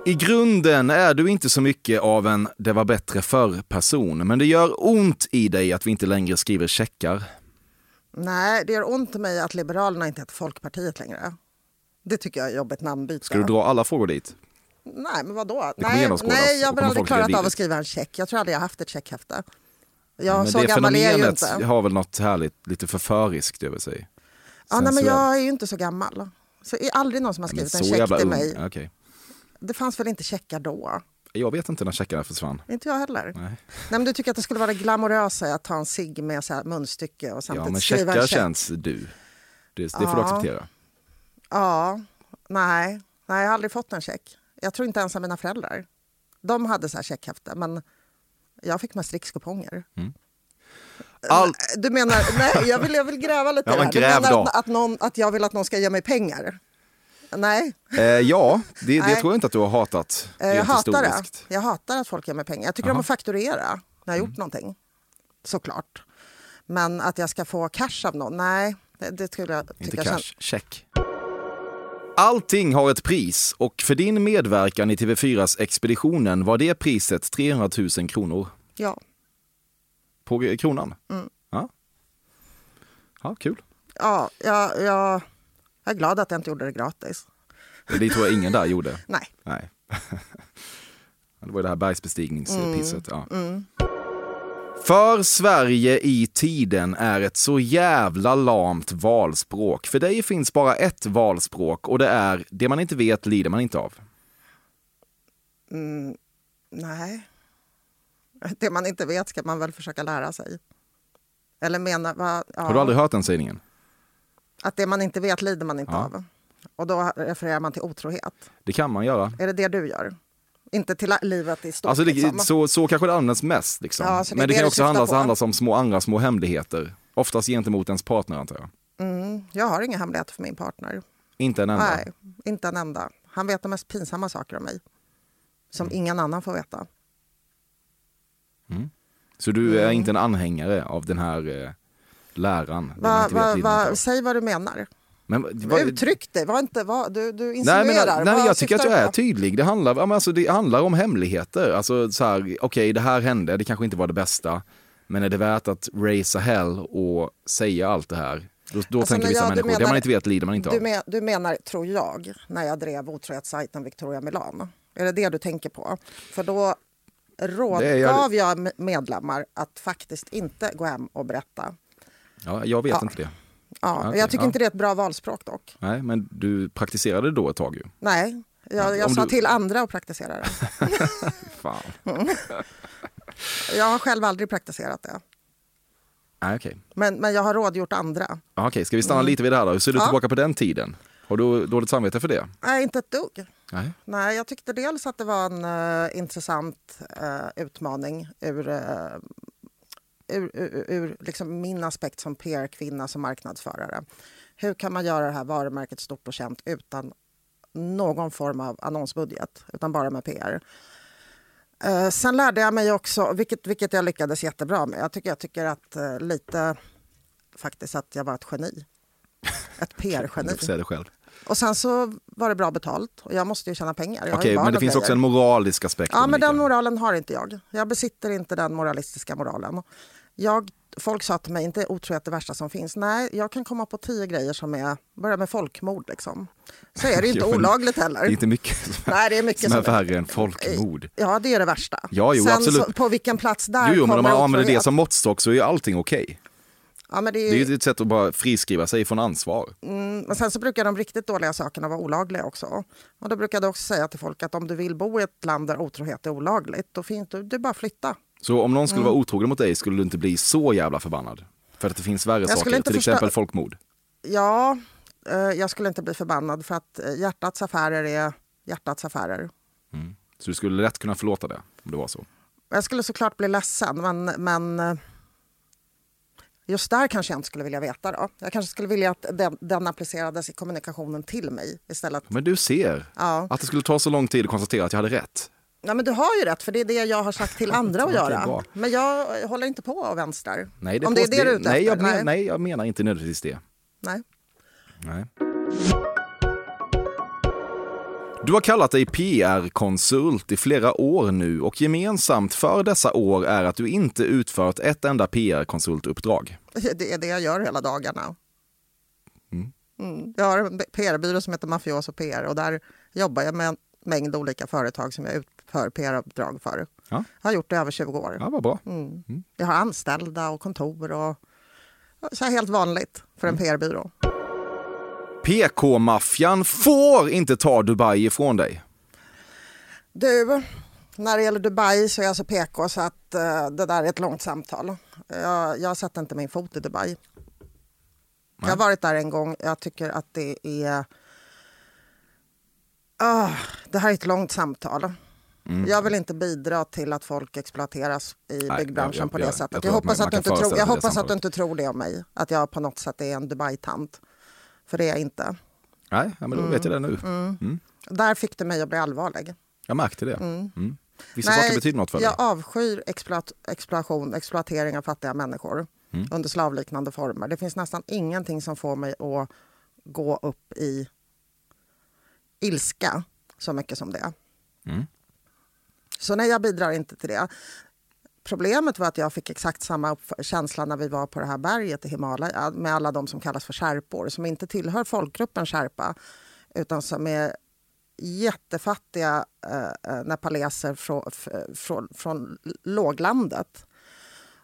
[SPEAKER 3] I grunden är du inte så mycket av en det var bättre förr-person, men det gör ont i dig att vi inte längre skriver checkar.
[SPEAKER 4] Nej, det gör ont i mig att Liberalerna inte heter Folkpartiet längre. Det tycker jag är jobbigt namnbyte.
[SPEAKER 3] Ska du dra alla frågor dit?
[SPEAKER 4] Nej, men vadå?
[SPEAKER 3] kommer
[SPEAKER 4] Nej,
[SPEAKER 3] genomskådas
[SPEAKER 4] nej,
[SPEAKER 3] och
[SPEAKER 4] jag har
[SPEAKER 3] kommer
[SPEAKER 4] aldrig
[SPEAKER 3] folk
[SPEAKER 4] klarat
[SPEAKER 3] reagera
[SPEAKER 4] av att
[SPEAKER 3] vidrigt. skriva
[SPEAKER 4] skriva en check. Jag tror aldrig jag har haft ett checkhäfte. Jag,
[SPEAKER 3] Men
[SPEAKER 4] så gammal är jag ju inte.
[SPEAKER 3] har väl något härligt, lite förföriskt över sig.
[SPEAKER 4] Ja, nej, men
[SPEAKER 3] sensuellt.
[SPEAKER 4] jag är ju inte så gammal. Så är aldrig någon som har
[SPEAKER 3] Men
[SPEAKER 4] skrivit
[SPEAKER 3] så
[SPEAKER 4] en check
[SPEAKER 3] jävla
[SPEAKER 4] till
[SPEAKER 3] ung.
[SPEAKER 4] mig.
[SPEAKER 3] Ja, okej.
[SPEAKER 4] Det fanns väl inte checkar då?
[SPEAKER 3] Jag vet inte när checkarna försvann.
[SPEAKER 4] Inte jag heller.
[SPEAKER 3] Nej.
[SPEAKER 4] Nej. men du tycker att det skulle vara det glamorösa att ta en cigg med så här munstycke och samtidigt
[SPEAKER 3] Ja, men
[SPEAKER 4] skriva en
[SPEAKER 3] checkar
[SPEAKER 4] check?
[SPEAKER 3] känns du. Det, det får du acceptera.
[SPEAKER 4] Ja, nej. nej, jag har aldrig fått en check. Jag tror inte ens av mina föräldrar. De hade så här checkhäfte, men jag fick mest rikskuponger.
[SPEAKER 3] Mm. Allt-
[SPEAKER 4] Du menar, nej, jag vill, jag vill gräva lite
[SPEAKER 3] Ja,
[SPEAKER 4] i det
[SPEAKER 3] men
[SPEAKER 4] här. Du
[SPEAKER 3] gräv
[SPEAKER 4] menar
[SPEAKER 3] då.
[SPEAKER 4] att, att, någon, att jag vill att någon ska ge mig pengar? Nej,
[SPEAKER 3] Eh, ja, det, det
[SPEAKER 4] Nej.
[SPEAKER 3] tror jag inte att du har hatat.
[SPEAKER 4] eh, jag
[SPEAKER 3] rent
[SPEAKER 4] hatar det.
[SPEAKER 3] historiskt.
[SPEAKER 4] Jag hatar att folk ger mig pengar. Jag tycker om att fakturera när jag har gjort
[SPEAKER 3] Mm.
[SPEAKER 4] någonting, såklart. Men att jag ska få cash av någon, nej. Det, det skulle jag
[SPEAKER 3] Inte
[SPEAKER 4] tycka
[SPEAKER 3] cash,
[SPEAKER 4] känns-
[SPEAKER 3] check. Allting har ett pris och för din medverkan i TV4s Expeditionen var det priset 300 000 kronor
[SPEAKER 4] Ja.
[SPEAKER 3] på kronan.
[SPEAKER 4] Mm.
[SPEAKER 3] Ja. ja, kul.
[SPEAKER 4] Ja, jag, jag, jag är glad att jag inte gjorde det gratis.
[SPEAKER 3] Det tror jag ingen där gjorde.
[SPEAKER 4] Nej.
[SPEAKER 3] Nej. Det var ju det här bergsbestigningspisset.
[SPEAKER 4] Mm.
[SPEAKER 3] Ja. För Sverige i tiden är ett så jävla lamt valspråk. För dig finns bara ett valspråk och det är det man inte vet lider man inte av.
[SPEAKER 4] Nej. Det man inte vet ska man väl försöka lära sig. Eller menar... Va, ja,
[SPEAKER 3] Har du aldrig hört den sägningen?
[SPEAKER 4] Att det man inte vet lider man inte
[SPEAKER 3] Ja.
[SPEAKER 4] av. Och då refererar man till otrohet.
[SPEAKER 3] Det kan man göra.
[SPEAKER 4] Är det det du gör? Inte till livet i stort?
[SPEAKER 3] Alltså
[SPEAKER 4] liksom.
[SPEAKER 3] det, så, så kanske det används mest. Liksom.
[SPEAKER 4] Ja, så det är
[SPEAKER 3] Men det
[SPEAKER 4] det
[SPEAKER 3] kan
[SPEAKER 4] du
[SPEAKER 3] också
[SPEAKER 4] syftar
[SPEAKER 3] handlas,
[SPEAKER 4] på.
[SPEAKER 3] handlas om små, andra små hemligheter. Oftast gentemot ens partner antar jag.
[SPEAKER 4] mm, jag har inga hemligheter för min partner.
[SPEAKER 3] Inte en enda.
[SPEAKER 4] Nej, inte en enda. Han vet de mest pinsamma saker om mig. Som
[SPEAKER 3] Mm.
[SPEAKER 4] ingen annan får veta.
[SPEAKER 3] Så du
[SPEAKER 4] Mm.
[SPEAKER 3] är inte en anhängare av den här eh, läran. det man
[SPEAKER 4] Va,
[SPEAKER 3] inte vet lider
[SPEAKER 4] va,
[SPEAKER 3] man inte
[SPEAKER 4] va,
[SPEAKER 3] av.
[SPEAKER 4] säg vad du menar.
[SPEAKER 3] Men, vad-
[SPEAKER 4] Uttryck dig, var inte, var, du, du
[SPEAKER 3] Nej,
[SPEAKER 4] insinuerar.
[SPEAKER 3] men, nej, men
[SPEAKER 4] Vad
[SPEAKER 3] jag tycker att
[SPEAKER 4] syftar
[SPEAKER 3] jag
[SPEAKER 4] du
[SPEAKER 3] är
[SPEAKER 4] på?
[SPEAKER 3] tydlig. Det handlar, ja, men alltså, det handlar om hemligheter. Alltså, så här, Okej, det här hände, det kanske inte var det bästa. Men är det värt att raisa hell och säga allt det här? Då, då
[SPEAKER 4] Alltså,
[SPEAKER 3] tänker
[SPEAKER 4] men
[SPEAKER 3] vissa
[SPEAKER 4] ja, du
[SPEAKER 3] människor, det
[SPEAKER 4] menar-
[SPEAKER 3] man inte vet lider man inte
[SPEAKER 4] du,
[SPEAKER 3] av.
[SPEAKER 4] men, du menar, tror jag, när jag drev otrohetssajten Victoria Milan. Är det det du tänker på? För då
[SPEAKER 3] Det är jag-
[SPEAKER 4] rådgav jag m- medlemmar att faktiskt inte gå hem och berätta.
[SPEAKER 3] Ja, jag vet
[SPEAKER 4] Ja.
[SPEAKER 3] inte det.
[SPEAKER 4] Ja,
[SPEAKER 3] Okej,
[SPEAKER 4] jag tycker
[SPEAKER 3] ja.
[SPEAKER 4] inte det är ett bra valspråk dock.
[SPEAKER 3] Nej, men du praktiserade det då ett tag ju.
[SPEAKER 4] Nej, jag,
[SPEAKER 3] om
[SPEAKER 4] jag sa
[SPEAKER 3] du-
[SPEAKER 4] till andra att praktisera det.
[SPEAKER 3] Fan.
[SPEAKER 4] Jag har själv aldrig praktiserat det.
[SPEAKER 3] Nej, okej.
[SPEAKER 4] Men, men jag har rådgjort andra.
[SPEAKER 3] Ja, Okej, ska vi stanna lite vid det här då? Hur ser du
[SPEAKER 4] Mm. Ja.
[SPEAKER 3] tillbaka på den tiden? Har du dåligt samvete för det?
[SPEAKER 4] Nej, inte ett dugg.
[SPEAKER 3] Nej.
[SPEAKER 4] Nej, jag tyckte dels att det var en eh, intressant eh, utmaning ur, eh, ur, ur, ur liksom min aspekt som PR-kvinna, som marknadsförare. Hur kan man göra det här varumärket stort och känt utan någon form av annonsbudget, utan bara med PR? Eh, sen lärde jag mig också, vilket, vilket jag lyckades jättebra med, jag tycker, jag tycker att eh, lite faktiskt att jag var ett geni. Ett
[SPEAKER 3] Du
[SPEAKER 4] PR-geni.
[SPEAKER 3] får säga det själv.
[SPEAKER 4] Och sen så var det bra betalt och jag måste ju tjäna pengar. Jag har ju
[SPEAKER 3] Okej,
[SPEAKER 4] barn
[SPEAKER 3] men det
[SPEAKER 4] och
[SPEAKER 3] finns
[SPEAKER 4] grejer.
[SPEAKER 3] också en moralisk aspekt.
[SPEAKER 4] Ja, men
[SPEAKER 3] Ulrika.
[SPEAKER 4] den moralen har inte jag. Jag besitter inte den moralistiska moralen. Jag folk sa till mig, inte otrohet det värsta som finns. Nej, jag kan komma på tio grejer som är, börjar med folkmord liksom. Så är det ju inte
[SPEAKER 3] Jo, men-
[SPEAKER 4] olagligt
[SPEAKER 3] Det är
[SPEAKER 4] heller.
[SPEAKER 3] inte mycket som,
[SPEAKER 4] Nej, det är mycket
[SPEAKER 3] som är
[SPEAKER 4] som-
[SPEAKER 3] värre än folkmord.
[SPEAKER 4] Ja, det är det värsta.
[SPEAKER 3] Ja, jo,
[SPEAKER 4] Sen
[SPEAKER 3] absolut.
[SPEAKER 4] Så, på vilken plats där
[SPEAKER 3] Jo, jo, men om man
[SPEAKER 4] kommer
[SPEAKER 3] använder det
[SPEAKER 4] otrohet?
[SPEAKER 3] som måttstock så är ju allting okej.
[SPEAKER 4] Ja, men det
[SPEAKER 3] Det
[SPEAKER 4] är
[SPEAKER 3] är
[SPEAKER 4] ju,
[SPEAKER 3] ju ett sätt att bara friskriva sig från ansvar.
[SPEAKER 4] men sen så brukar de riktigt dåliga sakerna vara olagliga också. Och då brukar jag också säga till folk att om du vill bo i ett land där otrohet är olagligt, då finns du, du bara flytta.
[SPEAKER 3] Så om någon skulle
[SPEAKER 4] Mm.
[SPEAKER 3] vara otrogen mot dig skulle du inte bli så jävla förbannad. För att det finns värre
[SPEAKER 4] skulle
[SPEAKER 3] saker,
[SPEAKER 4] inte
[SPEAKER 3] till
[SPEAKER 4] förstå-
[SPEAKER 3] exempel folkmord.
[SPEAKER 4] Ja, eh, jag skulle inte bli förbannad för att eh, hjärtats affärer är hjärtats affärer.
[SPEAKER 3] Så du skulle lätt kunna förlåta det om det var så.
[SPEAKER 4] Jag skulle såklart bli ledsen, men, men eh, just där kanske jag inte skulle vilja veta. Då. Jag kanske skulle vilja att den, den applicerades i kommunikationen till mig istället.
[SPEAKER 3] Men du ser,
[SPEAKER 4] Ja.
[SPEAKER 3] att det skulle ta så lång tid att konstatera att jag hade rätt.
[SPEAKER 4] Nej, men du har ju rätt, för det är det jag har sagt till andra att
[SPEAKER 3] Okej, bra.
[SPEAKER 4] göra. Men jag håller inte på och vänstrar.
[SPEAKER 3] Nej,
[SPEAKER 4] Om det är
[SPEAKER 3] påstår-
[SPEAKER 4] det du är ute
[SPEAKER 3] nej, jag
[SPEAKER 4] efter?
[SPEAKER 3] men, nej, jag menar inte nödvändigtvis det.
[SPEAKER 4] nej.
[SPEAKER 3] Nej. Du har kallat dig PR-konsult i flera år nu och gemensamt för dessa år är att du inte utfört ett enda PR-konsultuppdrag.
[SPEAKER 4] Det är det jag gör hela dagarna. Mm. Jag har en PR-byrå som heter Mafioso PR och där jobbar jag med en mängd olika företag som jag utför PR-uppdrag för.
[SPEAKER 3] Ja.
[SPEAKER 4] Jag har gjort det i över 20 år. Mm.
[SPEAKER 3] Ja, Mm. vad bra.
[SPEAKER 4] Jag har anställda och kontor och så här helt vanligt för
[SPEAKER 3] Mm.
[SPEAKER 4] en PR-byrå.
[SPEAKER 3] PK-maffian får inte ta Dubai ifrån dig.
[SPEAKER 4] Du, när det gäller Dubai så är jag så PK så att eh, det där är ett långt samtal. Jag, jag sätter inte min fot i Dubai. Jag har varit där en gång. Jag tycker att det är... Ah, det här är ett långt samtal. Jag vill inte bidra till att folk exploateras i
[SPEAKER 3] Mm. Nej,
[SPEAKER 4] byggbranschen
[SPEAKER 3] jag- jag-
[SPEAKER 4] på det
[SPEAKER 3] jag- jag
[SPEAKER 4] sättet.
[SPEAKER 3] tror
[SPEAKER 4] Jag,
[SPEAKER 3] att man-
[SPEAKER 4] hoppas,
[SPEAKER 3] man
[SPEAKER 4] att, du
[SPEAKER 3] kan
[SPEAKER 4] inte tror,
[SPEAKER 3] föreställa sig
[SPEAKER 4] jag
[SPEAKER 3] det
[SPEAKER 4] hoppas att du
[SPEAKER 3] samtalet.
[SPEAKER 4] inte tror det om mig, att jag på något sätt är en Dubai-tant. För det är jag inte.
[SPEAKER 3] Nej, ja, men då vet jag det nu. Mm.
[SPEAKER 4] Där fick det mig att bli allvarlig.
[SPEAKER 3] Jag märkte det. Mm. Vissa saker betyder något för
[SPEAKER 4] jag
[SPEAKER 3] dig.
[SPEAKER 4] avskyr exploat, exploation, exploatering av fattiga människor
[SPEAKER 3] Mm.
[SPEAKER 4] under slavliknande former. Det finns nästan ingenting som får mig att gå upp i ilska så mycket som det.
[SPEAKER 3] Mm.
[SPEAKER 4] Så nej, jag bidrar inte till det. Problemet var att jag fick exakt samma uppf- känsla när vi var på det här berget i Himalaya med alla de som kallas för sherpor, som inte tillhör folkgruppen sherpa utan som är jättefattiga eh, eh, nepaleser frå, f, eh, från, från låglandet.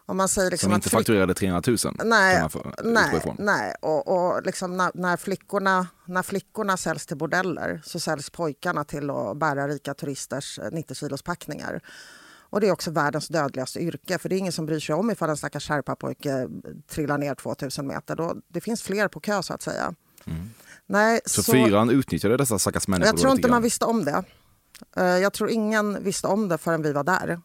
[SPEAKER 4] Om man säger liksom
[SPEAKER 3] Som
[SPEAKER 4] att
[SPEAKER 3] inte
[SPEAKER 4] flick-
[SPEAKER 3] fakturerade 300 000. kan
[SPEAKER 4] Nej,
[SPEAKER 3] man få- utgå
[SPEAKER 4] nej,
[SPEAKER 3] ifrån.
[SPEAKER 4] nej. och, och liksom när, när, flickorna, när flickorna säljs till bordeller så säljs pojkarna till att bära rika turisters eh, 90 kilos packningar. Och det är också världens dödligaste yrke, för det är ingen som bryr sig om ifall en stackars sherpapojke eh, trillar ner 2000 meter. Då, det finns fler på kö så att säga. Nej,
[SPEAKER 3] Mm. Så, fyran utnyttjade dessa stackars människor
[SPEAKER 4] jag tror
[SPEAKER 3] lite
[SPEAKER 4] inte
[SPEAKER 3] grann.
[SPEAKER 4] man visste om det. Eh, Jag tror ingen visste om det förrän vi var där.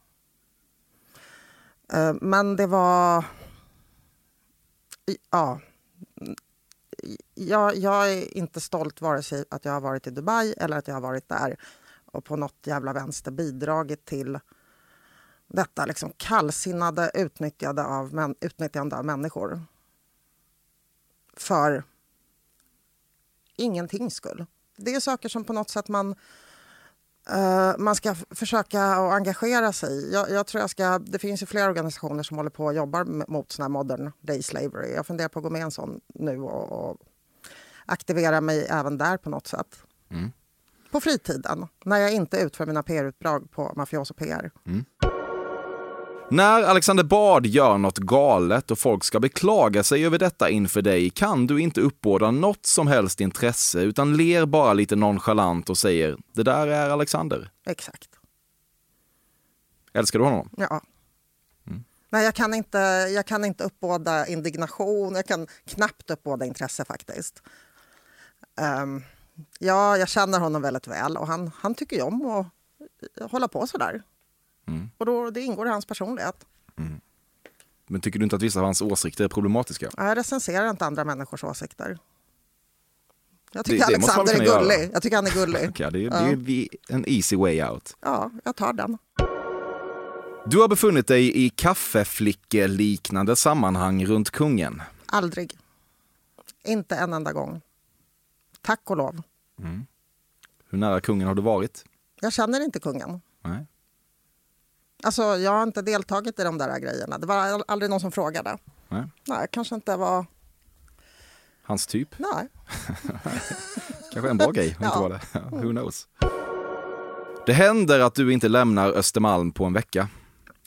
[SPEAKER 4] Eh, Men det var... i- Ja. I- Jag, jag är inte stolt vare sig att jag har varit i Dubai eller att jag har varit där och på något jävla vänster bidragit till detta liksom kallsinnade utnyttjande av, män, utnyttjande av människor. För ingenting skull. Det är saker som på något sätt man, eh, man ska f- försöka att engagera sig i. Jag, jag tror jag ska, det finns ju flera organisationer som håller på och jobbar m- mot sån här modern day slavery. Jag funderar på att gå med i en sån nu och, och aktivera mig även där på något sätt. På fritiden, när jag inte utför mina PR-uppdrag på Mafioso PR.
[SPEAKER 3] När Alexander Bard gör något galet och folk ska beklaga sig över detta inför dig kan du inte uppbåda något som helst intresse utan ler bara lite nonchalant och säger “Det där är Alexander.
[SPEAKER 4] Exakt.
[SPEAKER 3] Älskar du honom?”
[SPEAKER 4] Ja. Nej, jag kan, inte, jag kan inte uppbåda indignation. Jag kan knappt uppbåda intresse faktiskt. Ehm, ja, jag känner honom väldigt väl och han, han tycker ju om att eh, hålla på sådär.
[SPEAKER 3] Mm.
[SPEAKER 4] Och då, det ingår i hans personlighet.
[SPEAKER 3] Men tycker du inte att vissa av hans åsikter är problematiska?
[SPEAKER 4] Jag recenserar inte andra människors åsikter. Jag tycker
[SPEAKER 3] Det- det måste man
[SPEAKER 4] Alexander är
[SPEAKER 3] väl kunna
[SPEAKER 4] gullig.
[SPEAKER 3] göra.
[SPEAKER 4] Jag tycker han är gullig.
[SPEAKER 3] Ja, det, är- det är vi- en easy way out.
[SPEAKER 4] Ja, jag tar den.
[SPEAKER 3] Du har befunnit dig i kaffeflickeliknande sammanhang runt kungen.
[SPEAKER 4] Aldrig. Inte en enda gång. Tack och lov.
[SPEAKER 3] Hur nära kungen har du varit?
[SPEAKER 4] Jag känner inte kungen.
[SPEAKER 3] Nej.
[SPEAKER 4] Alltså, jag har inte deltagit i de där grejerna. Det var aldrig någon som frågade.
[SPEAKER 3] Nej.
[SPEAKER 4] Nej, kanske inte var...
[SPEAKER 3] Hans typ.
[SPEAKER 4] Nej.
[SPEAKER 3] Kanske en bra grej att inte
[SPEAKER 4] Ja.
[SPEAKER 3] vara det. Who knows? Det händer att du inte lämnar Östermalm på en vecka.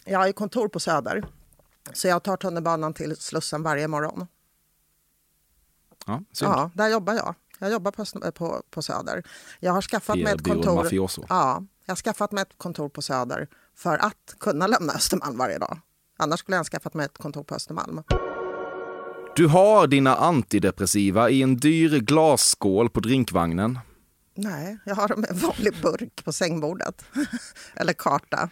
[SPEAKER 4] Jag har ju kontor på Söder, så jag tar tunnelbanan till Slussen varje morgon.
[SPEAKER 3] Ja, synd.
[SPEAKER 4] Ja, där jobbar jag. Jag jobbar på, Öst- på, på Söder. Jag har skaffat mig ett
[SPEAKER 3] PR-byrån
[SPEAKER 4] kontor...
[SPEAKER 3] Mafioso.
[SPEAKER 4] Ja, jag har skaffat mig ett kontor på Söder för att kunna lämna Östermalm varje dag. Annars skulle jag ha skaffat mig ett kontor på Östermalm.
[SPEAKER 3] Du har dina antidepressiva i en dyr glasskål på drinkvagnen.
[SPEAKER 4] Nej, jag har dem i en vanlig burk på sängbordet. Eller karta.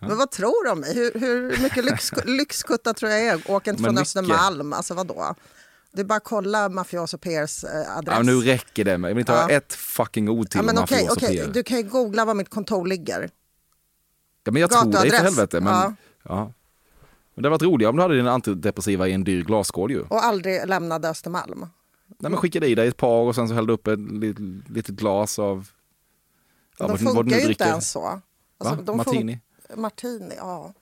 [SPEAKER 4] Men vad tror du om mig? Hur, hur mycket lyx, lyxkutta tror jag är? Åker inte
[SPEAKER 3] Men
[SPEAKER 4] från
[SPEAKER 3] mycket.
[SPEAKER 4] Östermalm, alltså vadå? Det är bara att kolla Mafioso PRs eh, adress.
[SPEAKER 3] Ja, nu räcker det. med- Jag vill inte ha
[SPEAKER 4] Ja.
[SPEAKER 3] ett fucking ord till
[SPEAKER 4] ja, men
[SPEAKER 3] om
[SPEAKER 4] okej,
[SPEAKER 3] mafioso
[SPEAKER 4] okej,
[SPEAKER 3] PR.
[SPEAKER 4] du kan ju googla var mitt kontor ligger.
[SPEAKER 3] Ja, men jag tror dig för
[SPEAKER 4] Gatuadress.
[SPEAKER 3] helvete. Men, ja.
[SPEAKER 4] Ja.
[SPEAKER 3] men det hade varit roligare om du hade dina antidepressiva i en dyr glasskål ju.
[SPEAKER 4] Och aldrig lämnade Östermalm.
[SPEAKER 3] Nej, men skickade i dig ett par och sen så hällde upp ett litet, litet glas av... Ja,
[SPEAKER 4] de
[SPEAKER 3] vad- vad du nu
[SPEAKER 4] funkar ju inte
[SPEAKER 3] dricker.
[SPEAKER 4] ens så. Alltså, de fun-
[SPEAKER 3] Martini?
[SPEAKER 4] Martini, ja.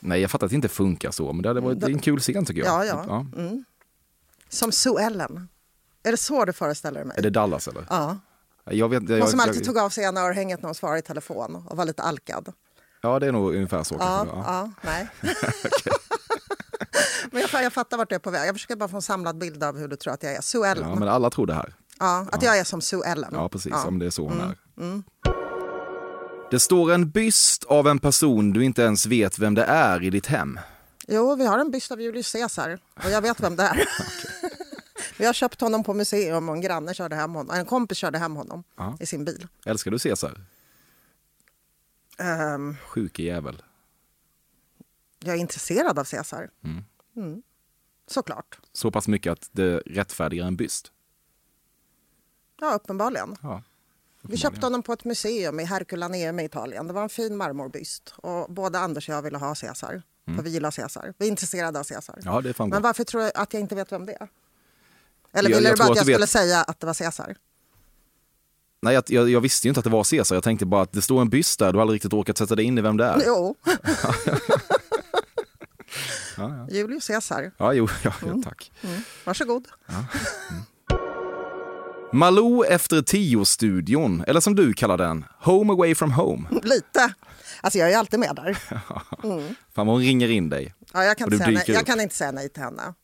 [SPEAKER 3] Nej, jag fattar att det inte funkar så, men det hade varit det är en kul scen tycker jag.
[SPEAKER 4] Mm. Ja, ja. Mm. Som Sue Ellen. Är det så du föreställer dig
[SPEAKER 3] Är
[SPEAKER 4] mig?
[SPEAKER 3] det Dallas eller?
[SPEAKER 4] Ja.
[SPEAKER 3] Jag vet, jag,
[SPEAKER 4] Hon som
[SPEAKER 3] jag,
[SPEAKER 4] alltid tog av sig ena örhänget när hon svarade i telefon och var lite alkad.
[SPEAKER 3] Ja, det är nog ungefär så.
[SPEAKER 4] Ja,
[SPEAKER 3] kanske,
[SPEAKER 4] ja. nej. men jag, fa- jag fattar vart du är på väg. Jag försöker bara få en samlad bild av hur du tror att jag är. Sue Ellen.
[SPEAKER 3] Ja,
[SPEAKER 4] Ja,
[SPEAKER 3] men alla tror det här.
[SPEAKER 4] att jag är som Sue Ellen.
[SPEAKER 3] Ja, precis. Ja. men det är så hon
[SPEAKER 4] Mm.
[SPEAKER 3] är. Det står en byst av en person du inte ens vet vem det är i ditt hem.
[SPEAKER 4] Jo, vi har en byst av Julius Caesar och jag vet vem det är. vi har köpt honom på museum och en granne körde hem honom. En kompis körde hem honom
[SPEAKER 3] Ja.
[SPEAKER 4] i sin bil.
[SPEAKER 3] Älskar du Caesar?
[SPEAKER 4] Ehm,
[SPEAKER 3] Sjuke jävel.
[SPEAKER 4] jag är intresserad av Caesar. Mm. Såklart.
[SPEAKER 3] Så pass mycket att det rättfärdigar en byst.
[SPEAKER 4] Ja, uppenbarligen.
[SPEAKER 3] Ja.
[SPEAKER 4] Vi köpte honom på ett museum i Herculaneum i Italien. Det var en fin marmorbyst. Och både Anders och jag ville ha Caesar. För vi gillar Caesar. Vi är intresserade av Caesar.
[SPEAKER 3] Mm. Ja, det framgår.
[SPEAKER 4] Men varför tror du att jag inte vet vem det är? Eller
[SPEAKER 3] Jag-
[SPEAKER 4] ville
[SPEAKER 3] jag
[SPEAKER 4] du
[SPEAKER 3] tror
[SPEAKER 4] bara att
[SPEAKER 3] att
[SPEAKER 4] jag
[SPEAKER 3] du
[SPEAKER 4] skulle
[SPEAKER 3] vet.
[SPEAKER 4] säga att det var Caesar?
[SPEAKER 3] Nej, jag, jag, jag visste ju inte att det var Caesar. Jag tänkte bara att det står en byst där. Du har aldrig riktigt orkat sätta dig in i vem det är.
[SPEAKER 4] Jo. Julius Caesar.
[SPEAKER 3] Ja, jo, ja, ja
[SPEAKER 4] Mm.
[SPEAKER 3] tack.
[SPEAKER 4] Varsågod.
[SPEAKER 3] Malou efter tio-studion, eller som du kallar den, Home away from home.
[SPEAKER 4] Lite. Alltså jag är alltid med där.
[SPEAKER 3] Fan vad hon ringer in dig.
[SPEAKER 4] Ja, jag,
[SPEAKER 3] Och
[SPEAKER 4] kan
[SPEAKER 3] du
[SPEAKER 4] inte säga nej.
[SPEAKER 3] dyker
[SPEAKER 4] jag
[SPEAKER 3] upp.
[SPEAKER 4] kan inte säga nej till henne.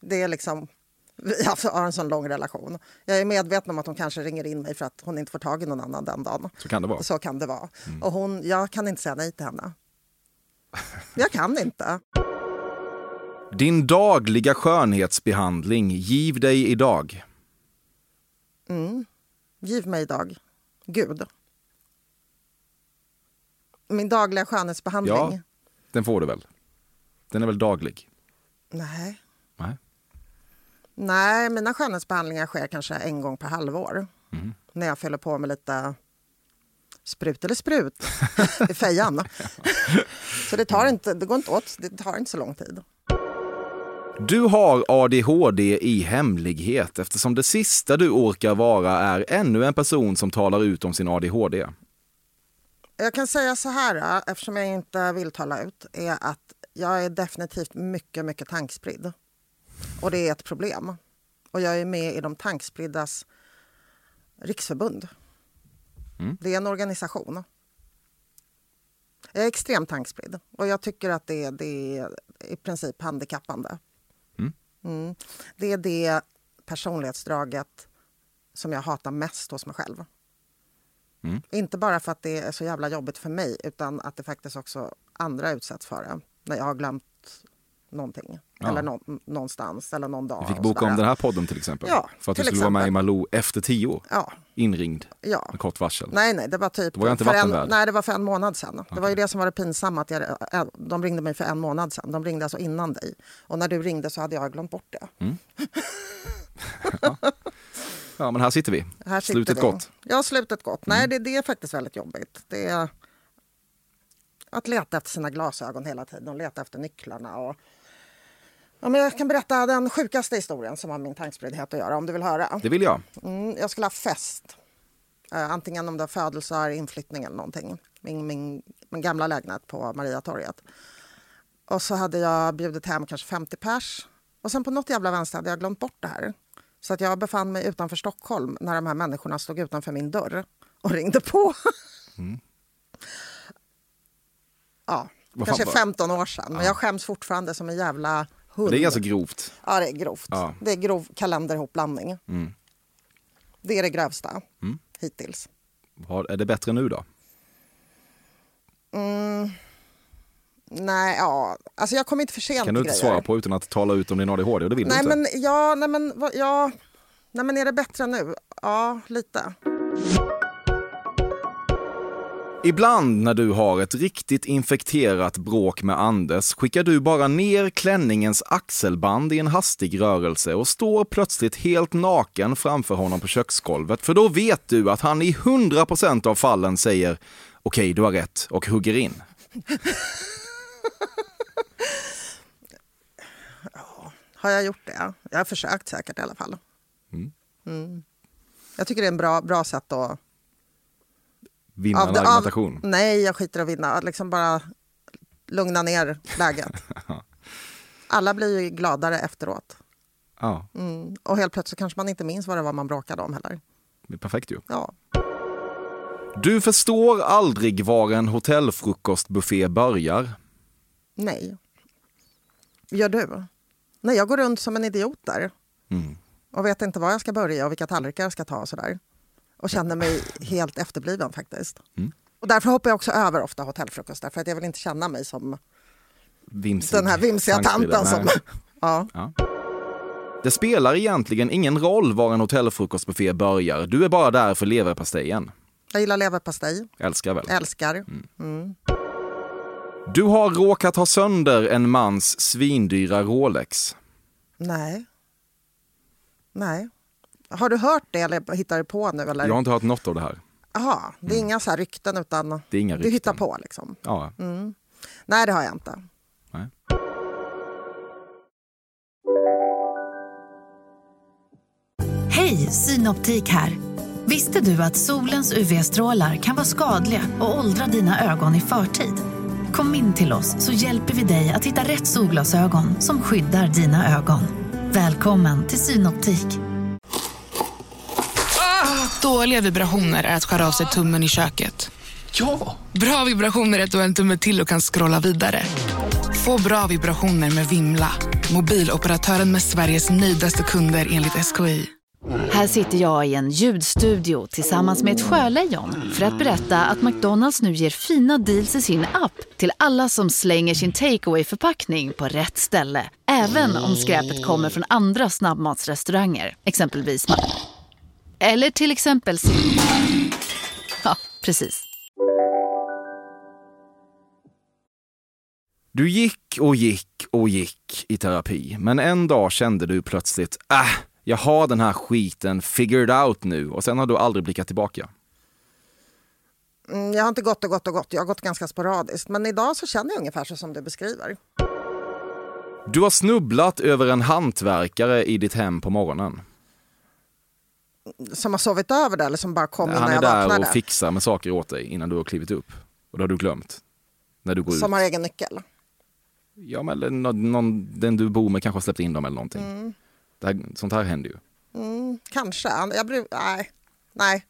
[SPEAKER 4] Det är liksom, vi har en sån lång relation. Jag är medveten om att hon kanske ringer in mig för att hon inte får tag i någon annan den dagen.
[SPEAKER 3] Så kan det vara. Mm.
[SPEAKER 4] Så kan det vara. Och hon, jag kan inte säga nej till henne. Jag kan inte.
[SPEAKER 3] Din dagliga skönhetsbehandling, giv dig idag.
[SPEAKER 4] Giv mig idag. Gud. Min dagliga skönhetsbehandling.
[SPEAKER 3] Ja, den får du väl? Den är väl daglig?
[SPEAKER 4] Nej.
[SPEAKER 3] Nej.
[SPEAKER 4] Nej, mina skönhetsbehandlingar sker kanske en gång per halvår. När jag fyller på med lite sprut eller sprut i fejan. så det, tar inte, det går inte åt, det tar inte så lång tid.
[SPEAKER 3] Du har ADHD i hemlighet eftersom det sista du orkar vara är ännu en person som talar ut om sin ADHD.
[SPEAKER 4] Jag kan säga så här, eh, eftersom jag inte vill tala ut, är att jag är definitivt mycket, mycket tankspridd. Och det är ett problem. Och jag är med i de tankspriddas riksförbund.
[SPEAKER 3] Mm.
[SPEAKER 4] Det är en organisation. Jag är extremt tankspridd och jag tycker att det, det är i princip handikappande. Mm. Det är det personlighetsdraget som jag hatar mest hos mig själv.
[SPEAKER 3] Mm.
[SPEAKER 4] Inte bara för att det är så jävla jobbigt för mig utan att det faktiskt också andra utsätts för det. När jag har glömt någonting. Eller nå- någonstans eller någon dag.
[SPEAKER 3] Vi fick
[SPEAKER 4] och
[SPEAKER 3] boka om
[SPEAKER 4] sådär.
[SPEAKER 3] den här podden till exempel.
[SPEAKER 4] Ja,
[SPEAKER 3] för att du
[SPEAKER 4] till
[SPEAKER 3] skulle vara med i
[SPEAKER 4] exempel.
[SPEAKER 3] Malou efter tio.
[SPEAKER 4] Ja.
[SPEAKER 3] Inringd
[SPEAKER 4] Ja.
[SPEAKER 3] med kort varsel.
[SPEAKER 4] Nej, nej, det var typ
[SPEAKER 3] Då var jag inte
[SPEAKER 4] för, en,
[SPEAKER 3] vattenvärd.
[SPEAKER 4] nej, det var för en månad sedan. Det var ju det som var det pinsamma, att jag, eh, de ringde mig för en månad sedan. De ringde alltså innan dig. Och när du ringde så hade jag glömt bort det.
[SPEAKER 3] Mm. Ja, men här sitter vi.
[SPEAKER 4] Här sitter
[SPEAKER 3] Slutet
[SPEAKER 4] vi.
[SPEAKER 3] gott. Mm.
[SPEAKER 4] Ja, slutet gott. Nej, det, det är faktiskt väldigt jobbigt. Det är att leta efter sina glasögon hela tiden och leta efter nycklarna. Och... Ja, men jag kan berätta den sjukaste historien som har med min tankspriddhet att göra, om du vill höra.
[SPEAKER 3] Det vill jag.
[SPEAKER 4] Mm, jag skulle ha fest. Eh, antingen om det var födelsedag, inflyttning eller någonting. Min, min, min gamla lägenhet på Mariatorget. Och så hade jag bjudit hem kanske 50 pers. Och sen på något jävla vänster hade jag glömt bort det här. Så att jag befann mig utanför Stockholm när de här människorna stod utanför min dörr och ringde på.
[SPEAKER 3] Mm.
[SPEAKER 4] Ja,
[SPEAKER 3] Vad fan
[SPEAKER 4] kanske
[SPEAKER 3] var-
[SPEAKER 4] 15 år sedan. Men jag skäms fortfarande som en jävla hund.
[SPEAKER 3] Det är ganska grovt.
[SPEAKER 4] Ja, det är grovt.
[SPEAKER 3] Ja. Mm.
[SPEAKER 4] Det är grov kalenderhopblandning. Det är det grövsta hittills.
[SPEAKER 3] Vad- Är det bättre nu då?
[SPEAKER 4] Nej, ja. Alltså jag kom inte för sent
[SPEAKER 3] Kan du inte
[SPEAKER 4] grejer.
[SPEAKER 3] svara på utan att tala ut om din ADHD? Och det vill
[SPEAKER 4] Nej
[SPEAKER 3] du inte.
[SPEAKER 4] men, ja, nej, men, vad- ja. nej men är det bättre nu? Ja, lite.
[SPEAKER 3] Ibland när du har ett riktigt infekterat bråk med Anders skickar du bara ner klänningens axelband i en hastig rörelse och står plötsligt helt naken framför honom på köksgolvet. För då vet du att han i 100% av fallen säger okej, du har rätt och hugger in.
[SPEAKER 4] Har jag gjort det? Jag har försökt säkert i alla fall. Mm. Jag tycker det är en bra, bra sätt att...
[SPEAKER 3] Vinnande
[SPEAKER 4] det-
[SPEAKER 3] argumentation.
[SPEAKER 4] nej, jag skiter i att vinna. Att liksom bara lugna ner läget. Alla blir ju gladare efteråt.
[SPEAKER 3] Ja,
[SPEAKER 4] Mm. Och helt plötsligt kanske man inte minns vad det var man bråkade om heller.
[SPEAKER 3] det är perfekt ju.
[SPEAKER 4] Ja.
[SPEAKER 3] Du förstår aldrig var en hotellfrukostbuffé börjar.
[SPEAKER 4] Nej. Gör du? Nej, jag går runt som en idiot där.
[SPEAKER 3] Mm.
[SPEAKER 4] Och vet inte var jag ska börja och vilka tallrikar jag ska ta och sådär. Och känner mig helt efterbliven faktiskt.
[SPEAKER 3] Mm.
[SPEAKER 4] Och därför hoppar jag också över ofta hotellfrukostar för att jag vill inte känna mig som
[SPEAKER 3] Vimsig.
[SPEAKER 4] den här vimsiga
[SPEAKER 3] Tankspridd.
[SPEAKER 4] tanten
[SPEAKER 3] Nej.
[SPEAKER 4] som... Ja.
[SPEAKER 3] Det spelar egentligen ingen roll var en hotellfrukostbuffé börjar. Du är bara där för leverpastejen.
[SPEAKER 4] Jag gillar leverpastej,
[SPEAKER 3] Älskar väl?
[SPEAKER 4] älskar.
[SPEAKER 3] Mm. Du har råkat ha sönder en mans svindyra Rolex.
[SPEAKER 4] Nej. Nej. Har du hört det eller hittar du på nu? Eller?
[SPEAKER 3] Jag har inte hört något av det här.
[SPEAKER 4] Aha, det är inga så här rykten utan
[SPEAKER 3] Mm. Det är inga
[SPEAKER 4] du
[SPEAKER 3] rykten.
[SPEAKER 4] hittar på liksom?
[SPEAKER 3] Ja.
[SPEAKER 4] Nej, det har jag inte.
[SPEAKER 3] Nej.
[SPEAKER 7] Hej, Synoptik här. Visste du att solens UV-strålar kan vara skadliga och åldra dina ögon i förtid? Kom in till oss så hjälper vi dig att hitta rätt solglasögon som skyddar dina ögon. Välkommen till Synoptik.
[SPEAKER 8] Dåliga vibrationer är att skära av sig tummen i köket.
[SPEAKER 9] Ja!
[SPEAKER 8] Bra vibrationer är att du har en tumme till och kan scrolla vidare. Få bra vibrationer med Vimla. Mobiloperatören med Sveriges nöjdaste kunder enligt SKI.
[SPEAKER 7] Här sitter jag i en ljudstudio tillsammans med ett sjölejon för att berätta att McDonalds nu ger fina deals i sin app till alla som slänger sin takeaway förpackning på rätt ställe. Även om skräpet kommer från andra snabbmatsrestauranger, exempelvis Ma- Eller till exempel Sim- Ja, precis.
[SPEAKER 3] Du gick och gick och gick i terapi, men en dag kände du plötsligt äh, jag har den här skiten figured out nu och sen har du aldrig blickat tillbaka.
[SPEAKER 4] Mm, jag har inte gått och gått och gått, jag har gått ganska sporadiskt. Men idag så känner jag ungefär så som du beskriver.
[SPEAKER 3] Du har snubblat över en hantverkare i ditt hem på morgonen.
[SPEAKER 4] Som har sovit över det eller som bara kom
[SPEAKER 3] Han
[SPEAKER 4] när
[SPEAKER 3] är
[SPEAKER 4] jag
[SPEAKER 3] där
[SPEAKER 4] vaknade.
[SPEAKER 3] och fixar med saker åt dig innan du har klivit upp. Och det har du glömt. När du går
[SPEAKER 4] Som
[SPEAKER 3] ut.
[SPEAKER 4] har egen nyckel.
[SPEAKER 3] Ja, men eller någon, någon, den du bor med kanske har släppt in dem eller någonting.
[SPEAKER 4] Mm.
[SPEAKER 3] Det här, sånt här händer ju.
[SPEAKER 4] Kanske. Jag bru- nej. Nej.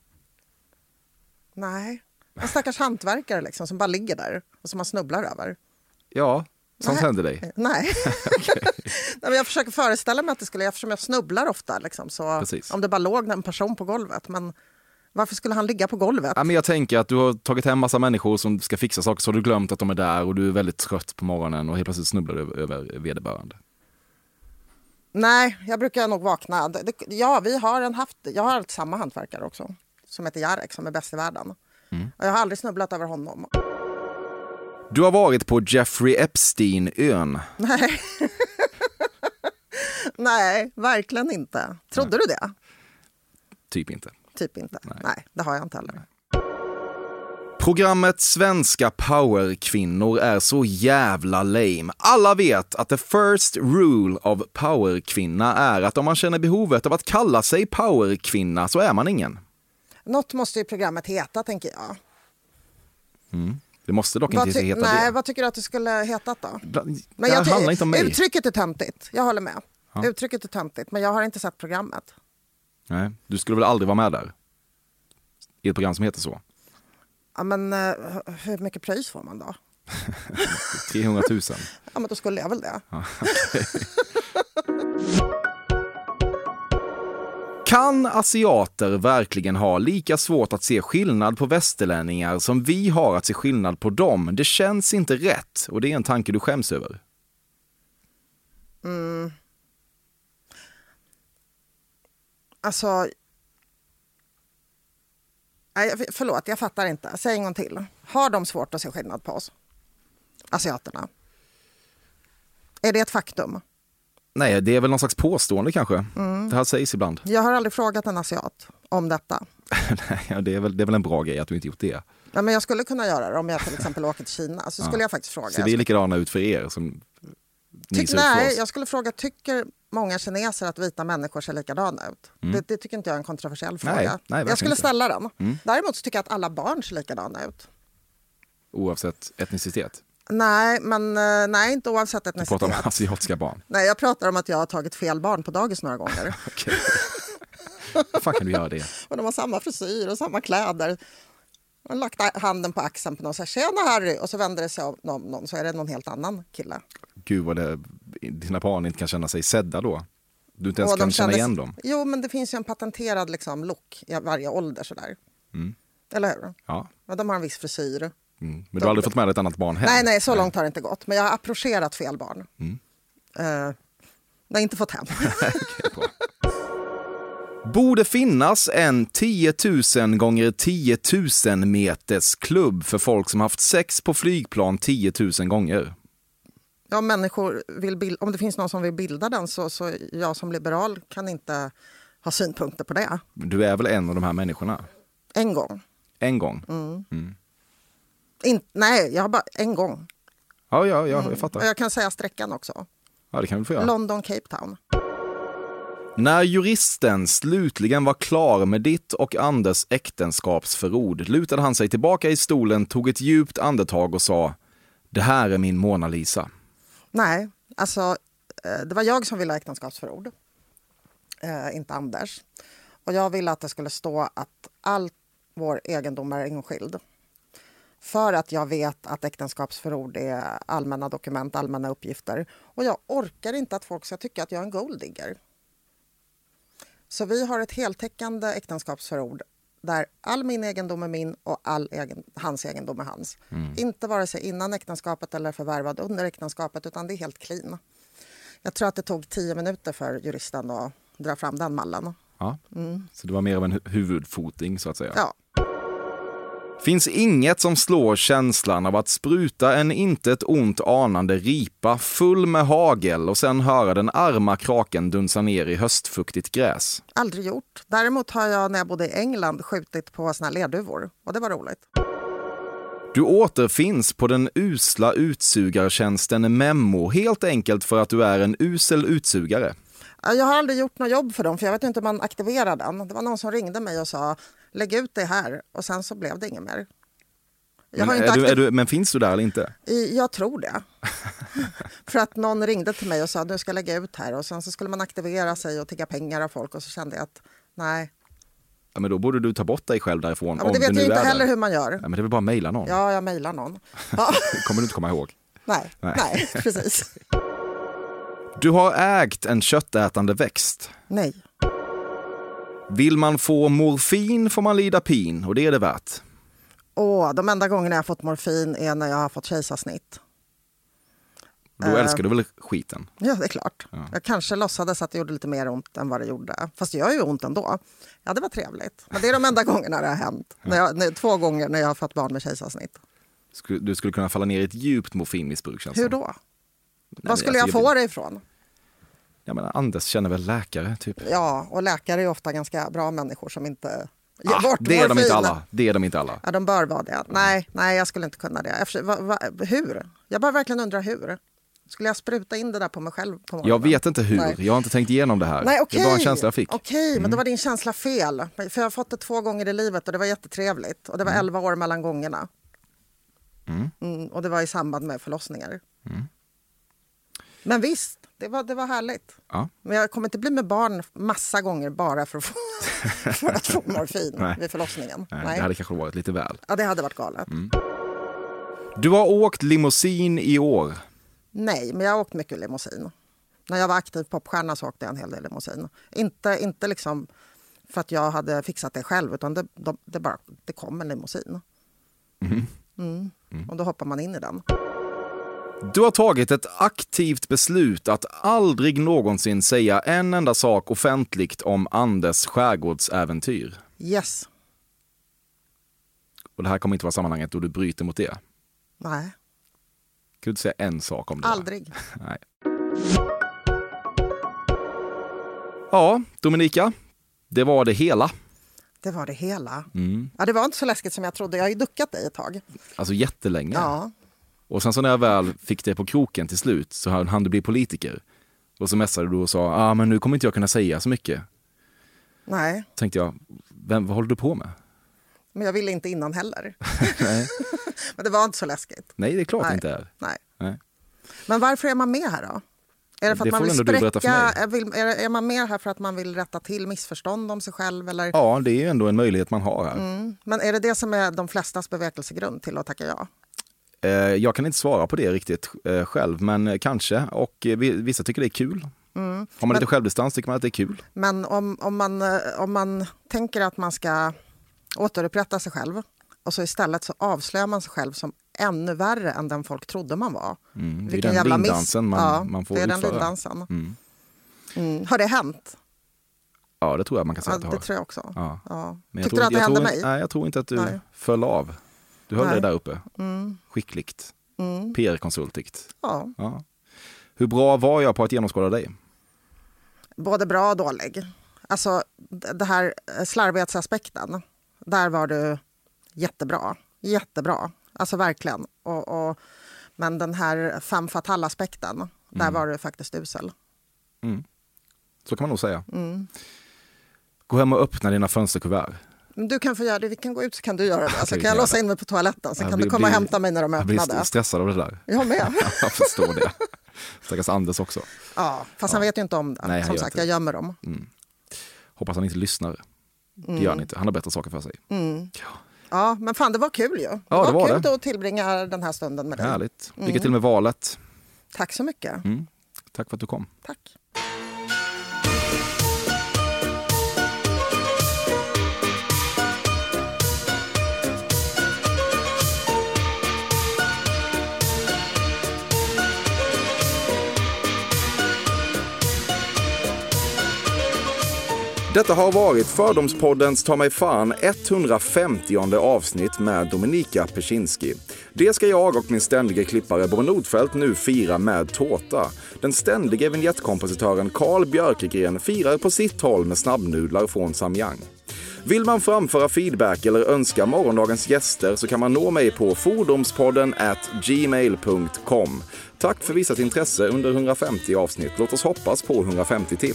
[SPEAKER 4] Nej. En stackars hantverkare liksom som bara ligger där och som man snubblar över.
[SPEAKER 3] Ja, sånt
[SPEAKER 4] Nej.
[SPEAKER 3] händer dig.
[SPEAKER 4] Nej. nej men jag försöker föreställa mig att det skulle, eftersom jag snubblar ofta, liksom, så
[SPEAKER 3] Precis.
[SPEAKER 4] om det bara låg en person på golvet. Men varför skulle han ligga på golvet?
[SPEAKER 3] Ja, men jag tänker att du har tagit hem massa människor som ska fixa saker så har du glömt att de är där och du är väldigt trött på morgonen och helt plötsligt snubblar du över, över vederbörande.
[SPEAKER 4] Nej, jag brukar nog vakna. Det- det- Ja, vi har en haft, jag har samma hantverkare också, som heter Jarek, som är bäst i världen.
[SPEAKER 3] Mm.
[SPEAKER 4] Och jag har aldrig snubblat över honom.
[SPEAKER 3] Du har varit på Jeffrey Epstein-ön.
[SPEAKER 4] Nej. Nej, verkligen inte. Trodde du det?
[SPEAKER 3] Typ inte.
[SPEAKER 4] Typ inte. Nej, det har jag inte heller.
[SPEAKER 3] Programmet Svenska powerkvinnor är så jävla lame. Alla vet att the first rule av powerkvinna är att om man känner behovet av att kalla sig powerkvinna så är man ingen.
[SPEAKER 4] Något måste ju programmet heta, tänker jag.
[SPEAKER 3] Det måste dock
[SPEAKER 4] Vad
[SPEAKER 3] inte
[SPEAKER 4] ty-
[SPEAKER 3] heta
[SPEAKER 4] nej,
[SPEAKER 3] det.
[SPEAKER 4] vad tycker du att det skulle hetat då?
[SPEAKER 3] Bland-
[SPEAKER 4] Men
[SPEAKER 3] det
[SPEAKER 4] jag ty-
[SPEAKER 3] handlar inte om mig.
[SPEAKER 4] Uttrycket är töntigt, jag håller med. Uttrycket är töntigt, men jag har inte sett programmet.
[SPEAKER 3] Nej, du skulle väl aldrig vara med där? I ett program som heter så.
[SPEAKER 4] Ja, men eh, hur mycket pröjs får man då?
[SPEAKER 3] 300 000.
[SPEAKER 4] Ja, men då skulle jag väl det.
[SPEAKER 3] Kan asiater verkligen ha lika svårt att se skillnad på västerlänningar som vi har att se skillnad på dem? Det känns inte rätt och det är en tanke du skäms över.
[SPEAKER 4] Alltså... Nej, jag- förlåt, jag fattar inte. Säg en gång till. Har de svårt att se skillnad på oss? Asiaterna? Är det ett faktum?
[SPEAKER 3] Nej, det är väl någon slags påstående kanske.
[SPEAKER 4] Mm.
[SPEAKER 3] Det här sägs ibland.
[SPEAKER 4] Jag har aldrig frågat en asiat om detta.
[SPEAKER 3] Nej, ja, det, är väl, det är väl en bra grej att du inte gjort det.
[SPEAKER 4] Ja, men jag skulle kunna göra det om jag till exempel åker till Kina. Så skulle jag faktiskt fråga.
[SPEAKER 3] Ser vi likadana ut för er som ni
[SPEAKER 4] Tyck,
[SPEAKER 3] ser ut för
[SPEAKER 4] Typ, nej,
[SPEAKER 3] oss?
[SPEAKER 4] jag skulle fråga, tycker många kineser att vita människor ser likadana ut? Det, det tycker inte jag är en kontroversiell fråga.
[SPEAKER 3] Mm. nej, verkligen
[SPEAKER 4] jag skulle
[SPEAKER 3] inte. Mm.
[SPEAKER 4] ställa den. Däremot så tycker jag att alla barn ser likadana ut.
[SPEAKER 3] Oavsett etnicitet.
[SPEAKER 4] Nej, men eh, nej, inte oavsett
[SPEAKER 3] Vi pratar om
[SPEAKER 4] etnicitet.
[SPEAKER 3] asiatiska barn.
[SPEAKER 4] Nej, jag pratar om att jag har tagit fel barn på dagis några gånger.
[SPEAKER 3] Okej. Hur fan kan du göra det?
[SPEAKER 4] och de har samma frisyr och samma kläder. Och lagt handen på axeln på någon och sagt “tjena Harry” och så vänder det sig om någon, någon så är det någon helt annan kille.
[SPEAKER 3] Gud vad det, dina barn inte kan känna sig sedda då. Du inte ens
[SPEAKER 4] Och
[SPEAKER 3] kan
[SPEAKER 4] de
[SPEAKER 3] känna
[SPEAKER 4] kändes-
[SPEAKER 3] igen dem.
[SPEAKER 4] Jo, men det finns ju en patenterad liksom, look i varje ålder sådär.
[SPEAKER 3] Mm.
[SPEAKER 4] Eller hur?
[SPEAKER 3] Ja.
[SPEAKER 4] Ja, de har en viss frisyr.
[SPEAKER 3] Mm. Men du har aldrig fått med dig ett annat barn hem?
[SPEAKER 4] Nej, nej, så långt har det inte gått. Men jag har approcherat fel barn.
[SPEAKER 3] Mm.
[SPEAKER 4] Eh, nej, inte fått hem.
[SPEAKER 3] Borde finnas en 10 000 gånger 10 000 meters klubb för folk som haft sex på flygplan 10 000 gånger.
[SPEAKER 4] ja, människor vill bil- om det finns någon som vill bilda den så, så jag som liberal kan inte ha synpunkter på det.
[SPEAKER 3] Du är väl en av de här människorna?
[SPEAKER 4] En gång.
[SPEAKER 3] En gång?
[SPEAKER 4] In- nej, jag har bara en gång.
[SPEAKER 3] Ja, ja, ja, jag fattar.
[SPEAKER 4] Och jag kan säga sträckan också.
[SPEAKER 3] Ja, det kan vi få göra.
[SPEAKER 4] London, Cape Town.
[SPEAKER 3] När juristen slutligen var klar med ditt och Anders äktenskapsförord lutade han sig tillbaka i stolen, tog ett djupt andetag och sa Det här är min Mona Lisa.
[SPEAKER 4] Nej, alltså eh, det var jag som ville ha äktenskapsförord, eh, inte Anders. Och jag ville att det skulle stå att all vår egendom är enskild. För att jag vet att äktenskapsförord är allmänna dokument, allmänna uppgifter. Och jag orkar inte att folk ska tycka att jag är en golddigger. Så vi har ett heltäckande äktenskapsförord där all min egendom är min och all egen, hans egendom är hans.
[SPEAKER 3] Mm.
[SPEAKER 4] Inte vare sig innan äktenskapet eller förvärvad under äktenskapet, utan det är helt clean. Jag tror att det tog tio minuter för juristen att dra fram den mallen.
[SPEAKER 3] Ja. Så det var mer av en hu- huvudfoting så att säga.
[SPEAKER 4] Ja.
[SPEAKER 3] Finns inget som slår känslan av att spruta en inte ett ont anande ripa full med hagel och sen höra den arma kraken dunsa ner i höstfuktigt gräs.
[SPEAKER 4] Aldrig gjort. Däremot har jag när jag bodde i England skjutit på såna här lerduvor och det var roligt.
[SPEAKER 3] Du återfinns på den usla utsugartjänsten Memmo helt enkelt för att du är en usel utsugare.
[SPEAKER 4] Ja, Jag har aldrig gjort något jobb för dem för jag vet inte hur man aktiverar den. Det var någon som ringde mig och sa lägg ut det här och sen så blev det inget mer. Jag
[SPEAKER 3] Men,
[SPEAKER 4] har ju
[SPEAKER 3] är
[SPEAKER 4] inte
[SPEAKER 3] du, är
[SPEAKER 4] aktiv-
[SPEAKER 3] du, men finns du där eller inte?
[SPEAKER 4] I- Jag tror det. För att någon ringde till mig och sa du ska jag lägga ut här och sen så skulle man aktivera sig och tigga pengar av folk och så kände jag att nej.
[SPEAKER 3] Ja, men då borde du ta bort dig själv därifrån
[SPEAKER 4] Ja, men
[SPEAKER 3] om
[SPEAKER 4] det vet
[SPEAKER 3] du
[SPEAKER 4] jag
[SPEAKER 3] nu
[SPEAKER 4] inte
[SPEAKER 3] är
[SPEAKER 4] heller
[SPEAKER 3] där.
[SPEAKER 4] hur man gör.
[SPEAKER 3] Ja, men det är väl bara att mejla någon.
[SPEAKER 4] Ja, jag mejlar någon. Ja,
[SPEAKER 3] Det kommer du inte komma ihåg.
[SPEAKER 4] nej,
[SPEAKER 3] Nej.
[SPEAKER 4] nej. precis.
[SPEAKER 3] Du har ägt en köttätande växt.
[SPEAKER 4] Nej.
[SPEAKER 3] Vill man få morfin får man lida pin och det är det värt.
[SPEAKER 4] Åh, de enda gångerna jag har fått morfin är när jag har fått kejsarsnitt.
[SPEAKER 3] Då
[SPEAKER 4] Eh.
[SPEAKER 3] älskar du väl skiten?
[SPEAKER 4] Ja, det är klart. Jag kanske låtsades att det gjorde lite mer ont än vad det gjorde. Fast det gör ju ont ändå. Ja, det var trevligt. Men det är de enda gångerna det har hänt. När jag, när, två gånger när jag har fått barn med kejsarsnitt.
[SPEAKER 3] Skulle- Du skulle kunna falla ner i ett djupt morfinmissbruk känns
[SPEAKER 4] Hur
[SPEAKER 3] som.
[SPEAKER 4] då?
[SPEAKER 3] men
[SPEAKER 4] Vad skulle
[SPEAKER 3] alltså,
[SPEAKER 4] jag
[SPEAKER 3] jag-
[SPEAKER 4] få det ifrån?
[SPEAKER 3] Jag menar, Anders känner väl läkare, typ.
[SPEAKER 4] Ja, och läkare är ofta ganska bra människor som inte ger
[SPEAKER 3] Ah,
[SPEAKER 4] bort
[SPEAKER 3] det är de inte
[SPEAKER 4] morfin.
[SPEAKER 3] alla. Det är de inte alla.
[SPEAKER 4] Ja, de bör vara det. Nej, nej, jag skulle inte kunna det. Efter, va, va, hur? Jag bara verkligen undrar hur. Skulle jag spruta in det där på mig själv? På
[SPEAKER 3] Jag
[SPEAKER 4] morgonen?
[SPEAKER 3] vet inte hur.
[SPEAKER 4] Nej.
[SPEAKER 3] Jag har inte tänkt igenom det här.
[SPEAKER 4] Nej, okej.
[SPEAKER 3] Det var en känsla jag fick. Mm.
[SPEAKER 4] Okej, men då var din känsla fel.
[SPEAKER 3] Mm.
[SPEAKER 4] För jag har fått det två gånger i livet och det var jättetrevligt. Och det var elva år mellan gångerna. Mm, och det var i samband med förlossningar.
[SPEAKER 3] Mm.
[SPEAKER 4] Men visst, det var, det var härligt.
[SPEAKER 3] Ja.
[SPEAKER 4] Men jag kommer inte bli med barn massa gånger bara för att få, för att få morfin
[SPEAKER 3] Nej.
[SPEAKER 4] vid förlossningen.
[SPEAKER 3] Nej,
[SPEAKER 4] Nej.
[SPEAKER 3] Det hade kanske varit lite väl.
[SPEAKER 4] Ja, det hade varit galet.
[SPEAKER 3] Du har åkt limousin i år.
[SPEAKER 4] Nej, men jag har åkt mycket limousin. När jag var aktiv popstjärna så åkte jag en hel del limousin. Inte, inte liksom för att jag hade fixat det själv, utan det, de, det, bara, det kom en limousin. Mm. Och då hoppar man in i den.
[SPEAKER 3] Du har tagit ett aktivt beslut att aldrig någonsin säga en enda sak offentligt om Anders skärgårdsäventyr.
[SPEAKER 4] Yes.
[SPEAKER 3] Och det här kommer inte vara sammanhanget då du bryter mot det. Kan
[SPEAKER 4] Nej,
[SPEAKER 3] du inte säga en sak om det? här?
[SPEAKER 4] aldrig.
[SPEAKER 3] Nej. Ja, Dominika. Det var det hela.
[SPEAKER 4] Det var det hela. Ja, det var inte så läskigt som jag trodde. Jag har ju duckat dig ett tag.
[SPEAKER 3] Alltså jättelänge.
[SPEAKER 4] Ja.
[SPEAKER 3] Och sen så när jag väl fick det på kroken till slut så hann hann du bli politiker. Och så messade du och sa, ah, men nu kommer inte jag kunna säga så mycket.
[SPEAKER 4] Nej,
[SPEAKER 3] Tänkte jag, Vem, vad håller du på med?
[SPEAKER 4] men jag ville inte innan heller. men det var inte så läskigt.
[SPEAKER 3] Nej, det är klart
[SPEAKER 4] Nej.
[SPEAKER 3] det inte är.
[SPEAKER 4] Nej.
[SPEAKER 3] Nej.
[SPEAKER 4] Men varför är man med här då? Är det för
[SPEAKER 3] Det
[SPEAKER 4] att man
[SPEAKER 3] får
[SPEAKER 4] vill
[SPEAKER 3] ändå du berätta
[SPEAKER 4] spräcka,
[SPEAKER 3] för mig.
[SPEAKER 4] är, vill, är, är man med här för att man vill rätta till missförstånd om sig själv? Eller?
[SPEAKER 3] Ja, det är ju ändå en möjlighet man har här.
[SPEAKER 4] Mm. Men är det det som är de flestas bevekelsegrund till att tacka ja?
[SPEAKER 3] Eh, Jag kan inte svara på det riktigt eh, själv, men eh, kanske. Och eh, vi- vissa tycker det är kul.
[SPEAKER 4] Mm.
[SPEAKER 3] Har man lite självdistans tycker man att det är kul.
[SPEAKER 4] Men om, om, man, eh, om man tänker att man ska återupprätta sig själv och så istället så avslöjar man sig själv som ännu värre än den folk trodde man var.
[SPEAKER 3] Mm, det är den lindansen man- man får
[SPEAKER 4] det är den
[SPEAKER 3] utföra.
[SPEAKER 4] lindansen. Mm. Har det hänt?
[SPEAKER 3] Ja, det tror jag man kan säga
[SPEAKER 4] Ja,
[SPEAKER 3] att det
[SPEAKER 4] det
[SPEAKER 3] har.
[SPEAKER 4] tror jag också.
[SPEAKER 3] Ja.
[SPEAKER 4] Ja.
[SPEAKER 3] Men jag
[SPEAKER 4] Tyckte
[SPEAKER 3] tror
[SPEAKER 4] du att
[SPEAKER 3] inte- jag
[SPEAKER 4] det hände
[SPEAKER 3] tror,
[SPEAKER 4] mig?
[SPEAKER 3] inte- Nej, jag tror inte att du
[SPEAKER 4] Nej.
[SPEAKER 3] föll av. Du höll
[SPEAKER 4] Nej. Mm.
[SPEAKER 3] dig där uppe, skickligt. PR-konsultigt.
[SPEAKER 4] Ja.
[SPEAKER 3] Ja. Hur bra var jag på att genomskåda dig?
[SPEAKER 4] både bra och dålig. Alltså d- det här eh, slarvighetsaspekten, där var du jättebra. Jättebra, alltså verkligen. Och, och, men den här femme fatale-aspekten, där
[SPEAKER 3] Mm.
[SPEAKER 4] var du faktiskt usel.
[SPEAKER 3] Så kan man nog säga. Gå hem och öppna dina fönsterkuvert.
[SPEAKER 4] Men Du kan få göra det, vi kan gå ut så kan du göra det. Så
[SPEAKER 3] vi
[SPEAKER 4] kan jag
[SPEAKER 3] göra
[SPEAKER 4] låsa
[SPEAKER 3] det.
[SPEAKER 4] in mig på toaletten så
[SPEAKER 3] Jag
[SPEAKER 4] kan
[SPEAKER 3] blir-
[SPEAKER 4] du komma och
[SPEAKER 3] blir-
[SPEAKER 4] hämta mig när de är
[SPEAKER 3] Jag blir st-
[SPEAKER 4] öppnade.
[SPEAKER 3] stressad av det där.
[SPEAKER 4] Jag med.
[SPEAKER 3] Jag förstår det. Stackars Anders också.
[SPEAKER 4] Ja, fast han vet ju inte om det.
[SPEAKER 3] Nej, han
[SPEAKER 4] Som
[SPEAKER 3] gör
[SPEAKER 4] sagt,
[SPEAKER 3] inte
[SPEAKER 4] jag
[SPEAKER 3] det.
[SPEAKER 4] gömmer dem.
[SPEAKER 3] Mm. Hoppas han inte lyssnar. Det gör han inte. Han har bättre saker för sig.
[SPEAKER 4] Ja, men fan det var kul ju. Det
[SPEAKER 3] Ja, det var
[SPEAKER 4] kul
[SPEAKER 3] det.
[SPEAKER 4] att tillbringa den här stunden med dig.
[SPEAKER 3] Härligt. Lycka till med valet.
[SPEAKER 4] Tack så mycket.
[SPEAKER 3] Mm. Tack för att du kom.
[SPEAKER 4] Tack.
[SPEAKER 3] Detta har varit Fördomspoddens Ta mig fan 150 avsnitt med Dominika Persinski. Det ska jag och min ständige klippare Bore Nordfeldt nu fira med tårta. Den ständige vignettkompositören Carl Björkegren firar på sitt håll med snabbnudlar från Samyang. Vill man framföra feedback eller önska morgondagens gäster så kan man nå mig på fordomspodden at gmail.com. Tack för visat intresse under 150 avsnitt. Låt oss hoppas på 150 till.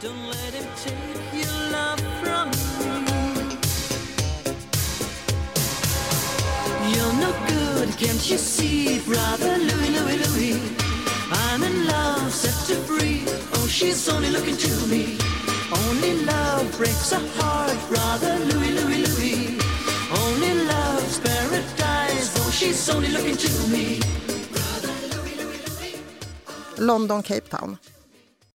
[SPEAKER 9] Don't let him take your love from you. You're no good, can't you see, brother Louie, Louie, Louie? I'm in love, set to free. Oh, she's only looking to me. Only love breaks a heart, brother Louie, Louie, Louie. Only love's paradise. Oh, she's only looking to me.
[SPEAKER 4] London, Cape Town.